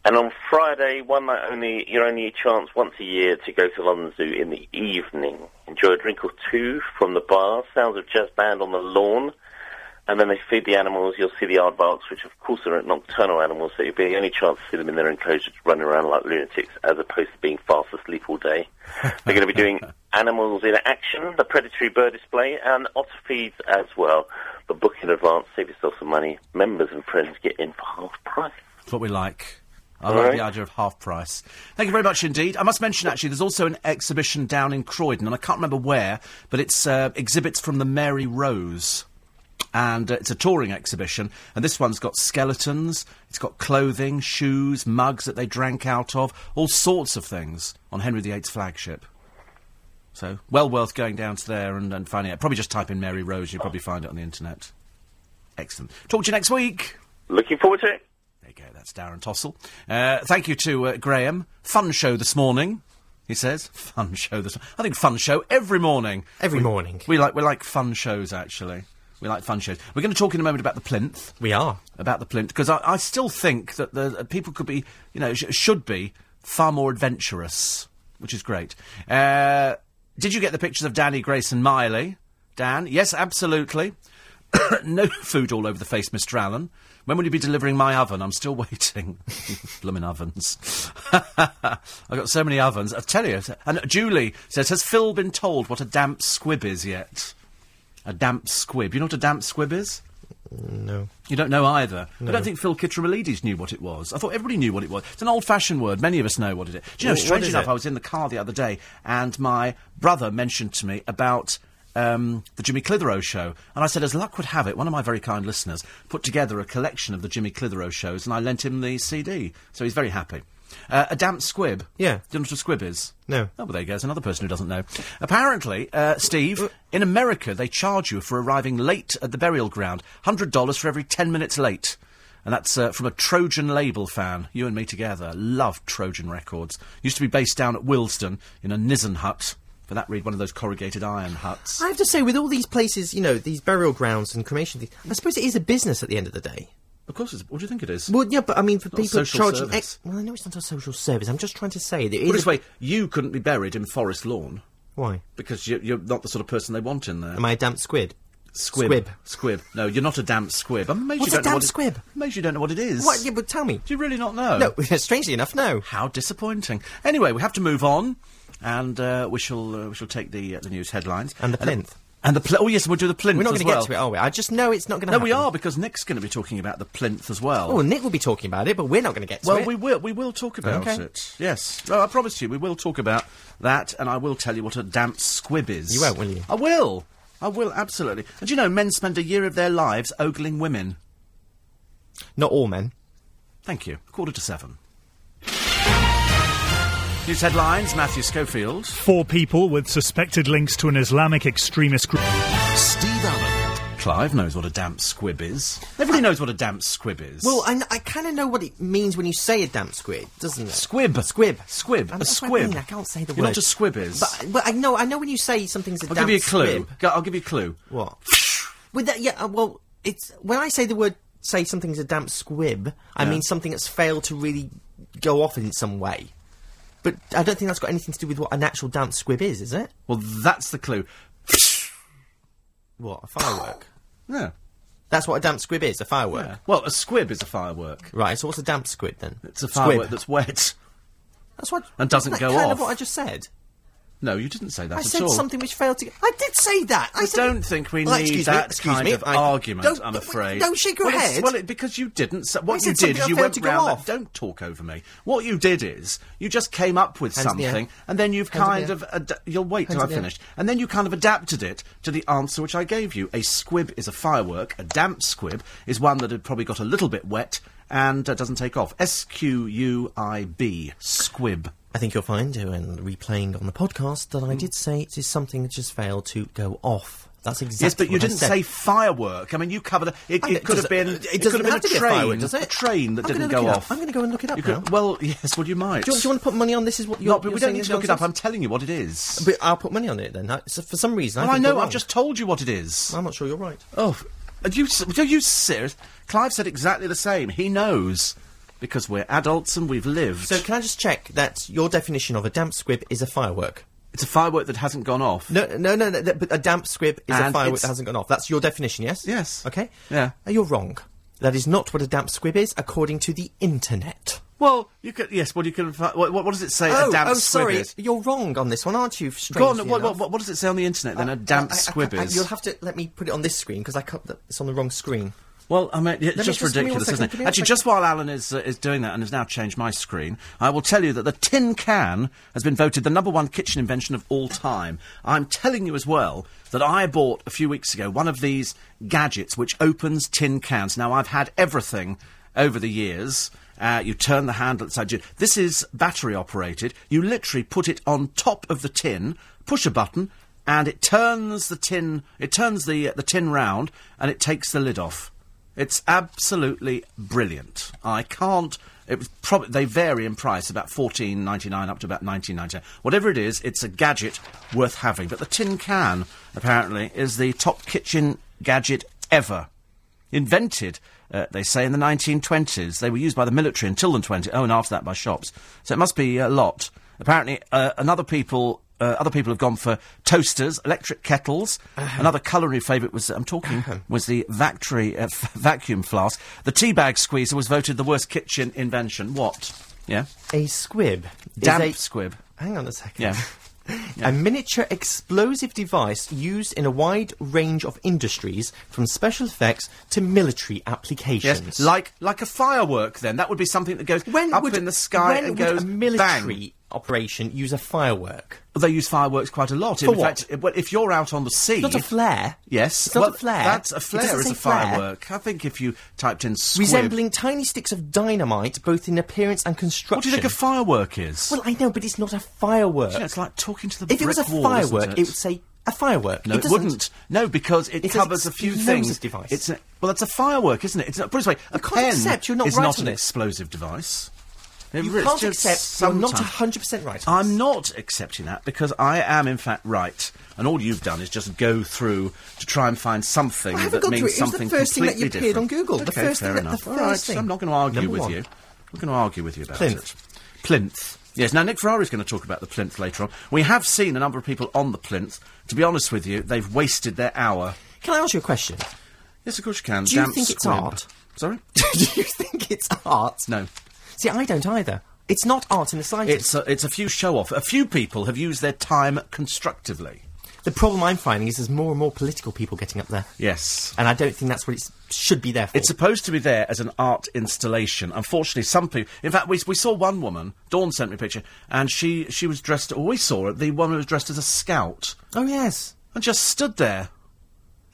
K: And on Friday, one night only, your only chance once a year to go to London Zoo in the evening. Enjoy a drink or two from the bar, sounds of jazz band on the lawn, and then they feed the animals. You'll see the aardvarks, which of course are nocturnal animals, so you'll be the only chance to see them in their enclosures running around like lunatics, as opposed to being fast asleep all day. They're going to be doing Animals in Action, the Predatory Bird Display, and Otter Feeds as well. But book in advance, save yourself some money. Members and friends get in for half price.
A: That's what we like. I
K: All
A: like
K: right.
A: the idea of half price. Thank you very much indeed. I must mention, actually, there's also an exhibition down in Croydon, and I can't remember where, but it's uh, exhibits from the Mary Rose. And uh, it's a touring exhibition, and this one's got skeletons, it's got clothing, shoes, mugs that they drank out of, all sorts of things on Henry VIII's flagship. So, well worth going down to there and, and finding out. Probably just type in Mary Rose, you'll probably find it on the internet. Excellent. Talk to you next week.
K: Looking forward to it.
A: Okay, that's Darren Tossell. Uh, thank you to uh, Graham. Fun show this morning. He says, "Fun show this." I think fun show every morning. Every
B: morning.
A: We like we like fun shows actually. We like fun shows. We're going to talk in a moment about the plinth.
B: We are
A: about the plinth because I, I still think that the uh, people could be, you know, sh- should be far more adventurous, which is great. Uh, did you get the pictures of Danny, Grace, and Miley? Dan, yes, absolutely. no food all over the face, Mr. Allen. When will you be delivering my oven? I'm still waiting. Bloomin' ovens. I've got so many ovens. I tell you. And Julie says, has Phil been told what a damp squib is yet? A damp squib. You know what a damp squib is?
B: No.
A: You don't know either. I
B: No.
A: don't think Phil Kitramalides knew what it was. I thought everybody knew what it was. It's an old-fashioned word. Many of us know what it is. Do you know,
B: Wh- what
A: strange
B: is
A: enough,
B: it?
A: I was in the car the other day, and my brother mentioned to me about um, the Jimmy Clitheroe show, and I said, as luck would have it, one of my very kind listeners put together a collection of the Jimmy Clitheroe shows, and I lent him the CD, so he's very happy. Uh, a damp squib. Yeah. Do you know what a squib is?
B: No.
A: Oh, well, there goes another person who doesn't know. Apparently, uh, Steve, in America, they charge you for arriving late at the burial ground. $100 for every 10 minutes late. And that's uh, from a Trojan label fan. You and me together. Love Trojan records. Used to be based down at Wilston in a Nissen hut. For that read, one of those corrugated iron huts.
B: I have to say, with all these places, you know, these burial grounds and cremation things, I suppose it is a business at the end of the day.
A: Of course, it's, what do you think it is?
B: Well, yeah, but I mean, for
A: It's not a
B: people
A: social
B: charging.
A: service.
B: Ex- well, I know it's not a social service. I'm just trying to say that it
A: Put it
B: is.
A: this way, you couldn't be buried in Forest Lawn.
B: Why?
A: Because you, you're not the sort of person they want in there.
B: Am I a damp squid?
A: Squib.
B: Squib.
A: Squib. No, you're not a damp squib. I'm amazed
B: What's
A: you don't
B: a
A: know
B: damp
A: what it-
B: squib?
A: I'm amazed you don't know what it is.
B: What? Yeah, but tell me.
A: Do you really not know?
B: No, strangely enough, no.
A: How disappointing. Anyway, we have to move on, and uh, we shall uh, we shall take the uh, the news headlines
B: And the plinth.
A: And the pl- oh yes, we'll do the plinth.
B: We're not
A: as
B: gonna get
A: well.
B: to it, are we? I just know it's not going to
A: No,
B: happen.
A: we are because Nick's going to be talking about the plinth as well.
B: Oh, well, Nick will be talking about it, but we're not going to get to
A: well,
B: it.
A: we will we will talk about
B: Okay.
A: it. Yes, no, I promise you, we will talk about that, and I will tell you what a damp squib is.
B: You won't, will you?
A: I will. I will absolutely. And do you know, men spend a year of their lives ogling women.
B: Not all men.
A: Thank you. Quarter to seven. News headlines: Matthew Schofield.
H: Four people with suspected links to an Islamic extremist group.
A: Steve Allen. Clive knows what a damp squib is. Everybody knows what a damp squib is.
B: Well, I, kn- I kind of know what it means when you say a damp squid, doesn't it?
A: Squib.
B: Squib.
A: Squib. a
B: I that's what
A: squib.
B: I, mean, I can't say the
A: You're
B: word.
A: not a squib is.
B: But, but I know, I know when you say something's a
A: I'll
B: damp
A: give you a clue.
B: squib.
A: Go, I'll give you a clue.
B: What? With that, yeah. uh, Well, it's when I say the word, say something's a damp squib. I
A: Yeah.
B: mean something that's failed to really go off in some way. But I don't think that's got anything to do with what an actual damp squib is, is it?
A: Well, that's the clue.
B: What a firework.
A: Yeah.
B: That's what a damp squib is, a firework.
A: Yeah. Well, a squib is a firework.
B: Right. So what's a damp squid then?
A: It's a firework
B: Squib.
A: that's wet.
B: That's what.
A: and doesn't
B: isn't that
A: go off.
B: kind Of what I just said.
A: No, you didn't say that
B: I
A: at
B: said
A: all.
B: something which failed to. I did say that. I
A: I
B: said
A: don't think we
B: Well,
A: need
B: excuse me,
A: that
B: excuse
A: kind
B: me,
A: of
B: I-
A: argument.
B: Don't-
A: I'm
B: don't-
A: afraid.
B: don't shake your
A: well, it's-
B: head.
A: Well, it, because you didn't. So
B: I
A: what
B: said
A: you did
B: something
A: is
B: I
A: you
B: failed
A: went
B: to go
A: round.
B: off.
A: Don't talk over me. What you did is you just came up with
B: Hands in the air.
A: something, and then you've
B: Hands in the
A: kind
B: air.
A: of ad- you'll wait till
B: Hands
A: I
B: in the air.
A: finished, and then you kind of adapted it to the answer which I gave you. A squib is a firework. A damp squib is one that had probably got a little bit wet and uh, doesn't take off. S Q U I B squib.
B: I think you'll find, uh, when replaying on the podcast, that
A: Hmm.
B: I did say it is something that just failed to go off. That's exactly.
A: Yes, but you
B: what I
A: didn't
B: said.
A: say firework. I mean, you covered it. It,
B: I
A: it
B: don't-
A: could have
B: does-
A: been.
B: uh,
A: It,
B: it
A: could
B: doesn't
A: have been a
B: have to be a
A: train.
B: firework, does it?
A: A train that
B: I'm gonna
A: didn't
B: look
A: go
B: it up.
A: off.
B: I'm gonna go and look it up
A: You could-
B: now.
A: well, yes. Well, you might.
B: Do you, do you want to put money on this? Is what you're,
A: no, but
B: you're
A: we
B: saying
A: don't need
B: is
A: to look it
B: nonsense?
A: up. I'm telling you what it is.
B: But I'll put money on it then. I, so for some reason,
A: well, I
B: think
A: know.
B: you're
A: I've
B: wrong.
A: just told you what it is.
B: I'm not sure you're right.
A: Oh, are you? s- Are you serious? Clive said exactly the same. He knows because we're adults and we've lived.
B: So can I just check that your definition of a damp squib is a firework?
A: it's a firework that hasn't gone off.
B: No, no, no. no th- but a damp squib is
A: And
B: a firework
A: it's-
B: that hasn't gone off. That's your definition, yes?
A: Yes.
B: Okay.
A: Yeah.
B: Uh, You're wrong. That is not what a damp squib is, according to the internet.
A: Well, you could. Yes. Well, you can. fi- What, what does it say?
B: oh,
A: a damp
B: oh,
A: squib
B: sorry,
A: is?
B: you're wrong on this one, aren't you?
A: Go on.
B: strangely
A: What, what,
B: enough?
A: what, what does it say on the internet then? a damp
B: I- I-
A: squib
B: I-
A: is.
B: You'll have to let me put it on this screen because I cut the, it's on the wrong screen.
A: Well, I mean,
B: Let me
A: it's just,
B: just- give me one
A: ridiculous,
B: second,
A: isn't
B: give
A: it?
B: me one
A: Actually,
B: second.
A: just while Alan is uh, is doing that and has now changed my screen, I will tell you that the tin can has been voted the number one kitchen invention of all time. I'm telling you as well that I bought a few weeks ago one of these gadgets which opens tin cans. Now I've had everything over the years. Uh, you turn the handle inside you. This is battery operated. You literally put it on top of the tin, push a button, and it turns the tin. It turns the the tin round, and it takes the lid off. It's absolutely brilliant. I can't. It was prob- they vary in price, about fourteen ninety nine up to about nineteen ninety nine. Whatever it is, it's a gadget worth having. But the tin can apparently is the top kitchen gadget ever, invented. Uh, they say in the 1920s, they were used by the military until the 20. Oh, and after that by shops. So it must be a lot. Apparently, uh, another people. Uh, other people have gone for toasters, electric kettles.
B: Uh-huh.
A: Another culinary favourite was I'm talking was the Vactory uh, vacuum flask. The teabag squeezer was voted the worst kitchen invention. What? Yeah,
B: A squib. is
A: damp
B: a-
A: squib.
B: Hang on a second.
A: Yeah.
B: A miniature explosive device used in a wide range of industries, from special effects to military applications.
A: Yes, like like a firework. Then that would be something that goes
B: when
A: up
B: would,
A: in the sky
B: when
A: and
B: would
A: goes
B: a
A: bang.
B: military operation use a firework?
A: Well, They use fireworks quite a lot.
B: For
A: in
B: what?
A: fact, i- well, if you're out on the sea,
B: Not a flare.
A: Yes,
B: It's not
A: well,
B: a flare.
A: That's a
B: It
A: flare
B: doesn't
A: is
B: say
A: a
B: flare.
A: firework. I think if you typed in squib,
B: Resembling tiny sticks of dynamite, both in appearance and construction.
A: What do you think a firework is?
B: Well, I know, but it's not a firework.
A: You know, it's like talking to the
B: if it was a
A: brick wall, isn't
B: firework,
A: it?
B: it? would say a firework.
A: No, it,
B: doesn't.
A: wouldn't. No, because it,
B: It says
A: covers a few
B: explosive
A: things.
B: device.
A: It's a, well, it's a firework, isn't it? It's not, put it this way, a
B: can't
A: pen
B: accept you're not
A: is
B: right
A: not
B: on
A: an
B: this.
A: explosive device.
B: You
A: It's
B: can't
A: just
B: accept. You're not
A: sometimes-
B: 100% right. on this.
A: I'm not accepting that because I am, in fact, right. And all you've done is just go through to try and find something
B: I haven't
A: that
B: gone
A: means
B: through it. It was the
A: something
B: first thing that
A: completely
B: appeared on
A: different.
B: Google. The
A: Okay,
B: first thing
A: fair
B: that- the
A: enough.
B: first
A: all right,
B: thing.
A: so I'm not going to argue
B: Number
A: with
B: one.
A: you. I'm going to argue with you about it.
B: Plinth.
A: Plinth. Yes. Now Nick Ferrari's going to talk about the plinth later on. We have seen a number of people on the plinth. To be honest with you, they've wasted their hour.
B: Can I ask you a question?
A: Yes, of course you can.
B: Do you
A: Damp
B: think it's
A: squib.
B: art?
A: Sorry.
B: Do you think it's art?
A: No.
B: See, I don't either. It's not art in the slightest.
A: It's a, it's a few show off. A few people have used their time constructively.
B: the problem I'm finding is there's more and more political people getting up there,
A: Yes.
B: and I don't think that's what it should be there for.
A: It's supposed to be there as an art installation. Unfortunately, some people. In fact, we, we saw one woman. Dawn sent me a picture, and she she was dressed. Or we saw it. The woman who was dressed as a scout
B: oh yes.
A: and just stood there,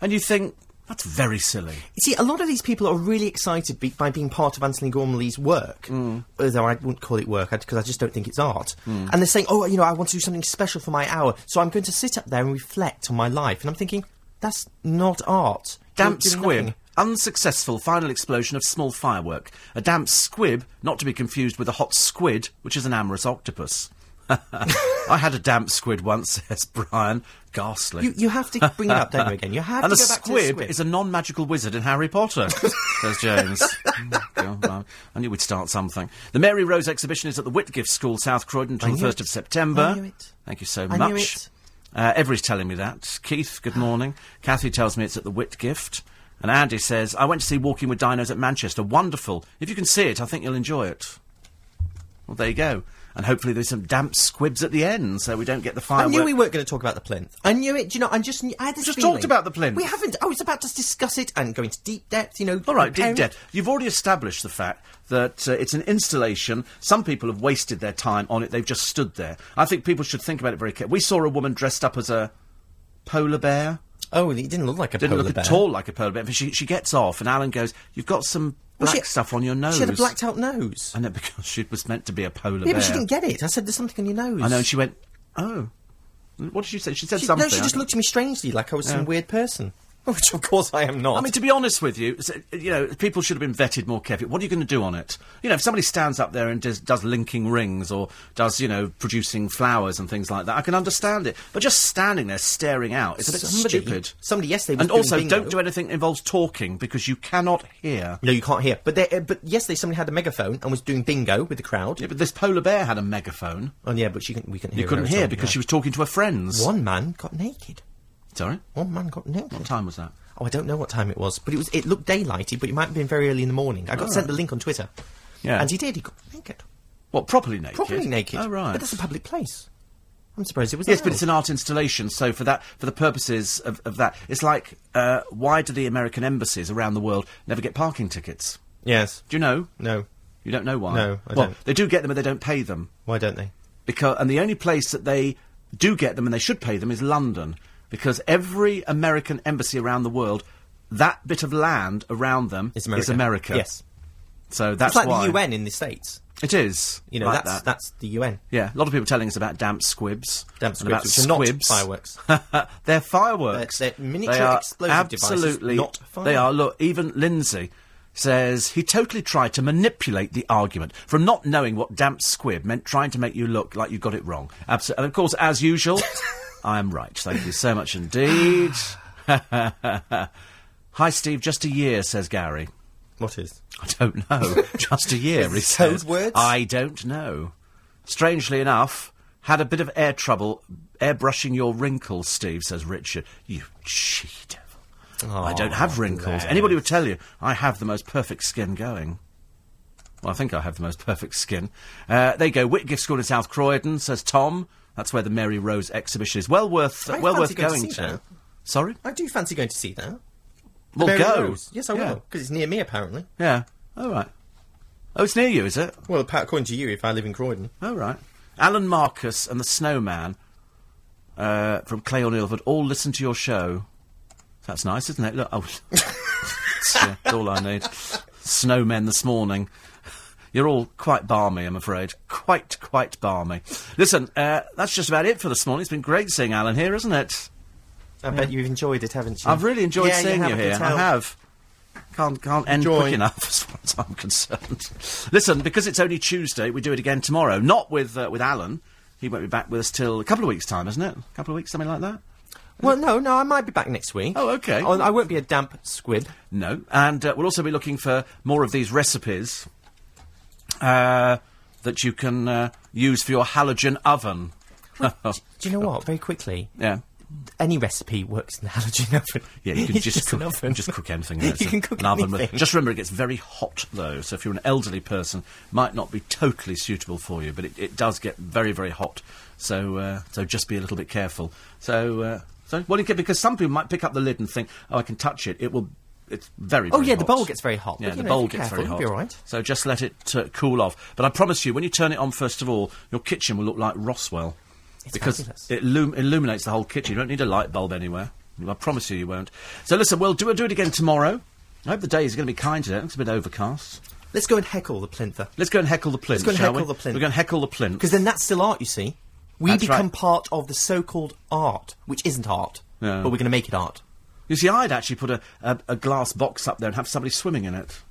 A: and you think that's very silly.
B: See, a lot of these people are really excited be- by being part of Anthony Gormley's work,
A: Mm.
B: although I wouldn't call it work because I just don't think it's art. And they're saying, "Oh, you know, I want to do something special for my hour, so I'm going to sit up there and reflect on my life." And I'm thinking, that's not art.
A: Damp
B: You're doing
A: squib.
B: nothing.
A: Unsuccessful final explosion of small firework. A damp squib, not to be confused with a hot squid, which is an amorous octopus. I had a damp squid once, says Brian. Ghastly.
B: You, you have to bring it up, don't you? Again, you have
A: and
B: to
A: the
B: go back to the
A: squib,
B: squib.
A: is a non-magical wizard in Harry Potter, says James. Oh, God, I- I knew we'd start something. The Mary Rose exhibition is at the Whitgift School, South Croydon, until the
B: knew
A: 1st
B: it.
A: of September.
B: I knew it.
A: Thank you so
B: I
A: much.
B: knew it.
A: Uh, everybody's telling me that. Keith, good morning. Kathy tells me it's at the Whitgift. And Andy says, I went to see Walking with Dinos at Manchester. Wonderful. If you can see it, I think you'll enjoy it. Well, there you go. And hopefully there's some damp squibs at the end, so we don't get the
B: I
A: fireworks.
B: knew we weren't going to talk about the plinth. I knew it. Do you know? I just knew, I had this
A: Just
B: feeling.
A: talked about the plinth.
B: We haven't. I was about to discuss it and go into deep depth. You know.
A: All right,
B: compare
A: deep
B: it.
A: depth. You've already established the fact that uh, it's an installation. Some people have wasted their time on it. They've just stood there. I think people should think about it very carefully. We saw a woman dressed up as a polar bear.
B: Oh, it didn't look like a
A: Didn't
B: polar
A: look
B: bear.
A: at all like a polar bear. But she, she gets off, and Alan goes, "You've got some
B: Well,
A: black
B: she-
A: stuff on your nose."
B: She had a blacked out nose.
A: I know because she was meant to be a polar
B: yeah,
A: bear.
B: but she didn't get it. I said, "There's something on your nose."
A: I know. And she went, "Oh." What did she say? She said
B: She-
A: something.
B: no,
A: I
B: she just
A: can't-
B: looked at me strangely, like I was some weird person. Which, of course, I am not.
A: I mean, to be honest with you, s- you know, people should have been vetted more carefully. What are you going to do on it? You know, if somebody stands up there and does, does linking rings or does, you know, producing flowers and things like that, I can understand it. But just standing there staring out, it's a bit
B: Somebody-
A: stupid.
B: somebody yesterday was
A: and
B: doing
A: also
B: bingo.
A: don't do anything that involves talking because you cannot hear.
B: no, you can't hear. But they, uh, but yesterday, somebody had a megaphone and was doing bingo with the crowd.
A: Yeah, but this polar bear had a megaphone.
B: Oh, yeah, but she couldn't. We couldn't hear.
A: You couldn't
B: her at
A: hear
B: all,
A: because she
B: no.
A: was talking to her friends.
B: One man got naked.
A: Sorry,
B: One man got naked.
A: what time was that?
B: Oh, I don't know what time it was, but it was. It looked daylighty, but it might have been very early in the morning. I got sent the link on Twitter.
A: Oh. Yeah.
B: And he did. He got naked.
A: What, properly naked?
B: Properly naked.
A: Oh, right.
B: But that's a public place. I'm surprised it was.
A: Yes, but
B: allowed.
A: it's an art installation, so for that, for the purposes of, of that, it's like uh, why do the American embassies around the world never get parking tickets?
B: Yes.
A: Do you know?
B: No.
A: You don't know why?
B: No, I
A: well,
B: don't.
A: they do get them, but they don't pay them.
B: Why don't they?
A: Because and the only place that they do get them and they should pay them is London, because every American embassy around the world, that bit of land around them
B: It's America.
A: is America.
B: Yes.
A: So that's
B: it's like
A: why
B: the UN in the states.
A: It is.
B: You know,
A: like
B: that's
A: that.
B: that's the UN.
A: Yeah, a lot of people telling us about damp squibs.
B: Damp
A: and about
B: squibs, which are not
A: squibs.
B: fireworks.
A: they're fireworks.
B: They're- they're miniature
A: They are
B: explosive devices,
A: absolutely,
B: not
A: They
B: fireworks.
A: are. Look, even Lindsay says he totally tried to manipulate the argument from not knowing what damp squib meant, trying to make you look like you got it wrong. Absol- and of course, as usual, I am right. Thank you so much indeed. Hi, Steve. Just a year, says Gary.
B: What is?
A: I don't know. Just a year. he
B: Is it code
A: says.
B: words?
A: I don't know. Strangely enough, had a bit of air trouble airbrushing your wrinkles, Steve, says Richard. You she devil. I don't have wrinkles. Anybody would tell you I have the most perfect skin going. Well, I think I have the most perfect skin. Uh, there you go. Whitgift School in South Croydon, says Tom. That's where the Mary Rose exhibition is. Well worth,
B: I
A: well
B: fancy
A: worth
B: going to
A: going
B: see
A: to.
B: that.
A: Sorry?
B: I do fancy going to see that. The
A: Well,
B: Mary
A: go.
B: Rose. Yes, I
A: Yeah.
B: will because it's near me apparently.
A: Yeah. All right. Oh, it's near you, is it?
B: Well, appa- according to you, if I live in Croydon,
A: All right. Alan Marcus and the Snowman uh, from Clay O'Neill had all listened to your show. That's nice, isn't it? Look, oh, it's, yeah, it's all I need. Snowmen this morning. You're all quite balmy, I'm afraid. Quite, quite balmy. Listen, uh, that's just about it for this morning. It's been great seeing Alan here, isn't it?
B: I bet you've enjoyed it, haven't you?
A: I've really enjoyed
B: Yeah,
A: seeing you,
B: have, I can
A: here. I
B: tell.
A: have. Can't can't end
B: Enjoy.
A: quick enough as far as I'm concerned. Listen, because it's only Tuesday, we do it again tomorrow. Not with uh, with Alan. He won't be back with us till a couple of weeks' time, isn't it? A couple of weeks, something like that.
B: Well, no, no, I might be back next week.
A: Oh, okay.
B: I, I won't be a damp squib.
A: No, and uh, we'll also be looking for more of these recipes uh, that you can uh, use for your halogen oven.
B: Do you know what? Very quickly,
A: yeah.
B: any recipe works in the halogen oven.
A: Yeah, you can
B: It's
A: just,
B: an
A: cook,
B: oven.
A: just cook anything. in it.
B: you
A: It's
B: can
A: a-
B: cook
A: an oven with-
B: anything.
A: just remember, it gets very hot though, so if you're an elderly person, might not be totally suitable for you. But it, it does get very, very hot, so uh, so just be a little bit careful. So uh, so well, you can, because some people might pick up the lid and think, oh, I can touch it. It will. It's very.
B: Oh,
A: very
B: yeah, the
A: hot.
B: bowl gets very hot,
A: Yeah,
B: but,
A: the
B: you know,
A: bowl
B: if you're
A: gets very
B: careful,
A: hot.
B: you'll be all right.
A: So just let it uh, cool off. But I promise you, when you turn it on first of all, your kitchen will look like Roswell. because
B: fabulous.
A: it lum- illuminates the whole kitchen. You don't need a light bulb anywhere. I promise you, you won't. So listen, we'll do, we'll do it again tomorrow. I hope the day is going to be kind today. It looks a bit overcast.
B: Let's go and heckle the plinth,
A: Let's go and heckle the plinth.
B: Let's go and
A: shall
B: heckle
A: we?
B: the plinth.
A: We're going to heckle the plinth.
B: because then that's still art. You see, we
A: That's right.
B: become part of the so-called art, which isn't art,
A: No.
B: but we're going to make it art.
A: you see, I'd actually put a, a, a glass box up there and have somebody swimming in it.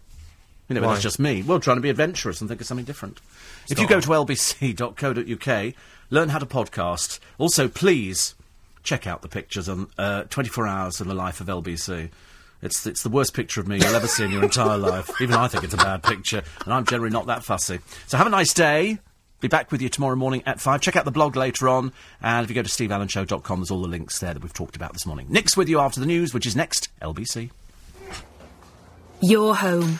A: You know, but
B: Why?
A: that's just me. Well, trying to be adventurous and think of something different. if you
B: not
A: go to lbc.co.uk, learn how to podcast. Also, please check out the pictures on uh, 24 Hours in the Life of LBC. It's, it's the worst picture of me you'll ever see in your entire life. Even I think it's a bad picture, and I'm generally not that fussy. So have a nice day. Be back with you tomorrow morning at 5. Check out the blog later on. And if you go to steveallenshow.com, there's all the links there that we've talked about this morning. Nick's with you after the news, which is next LBC.
L: Your home.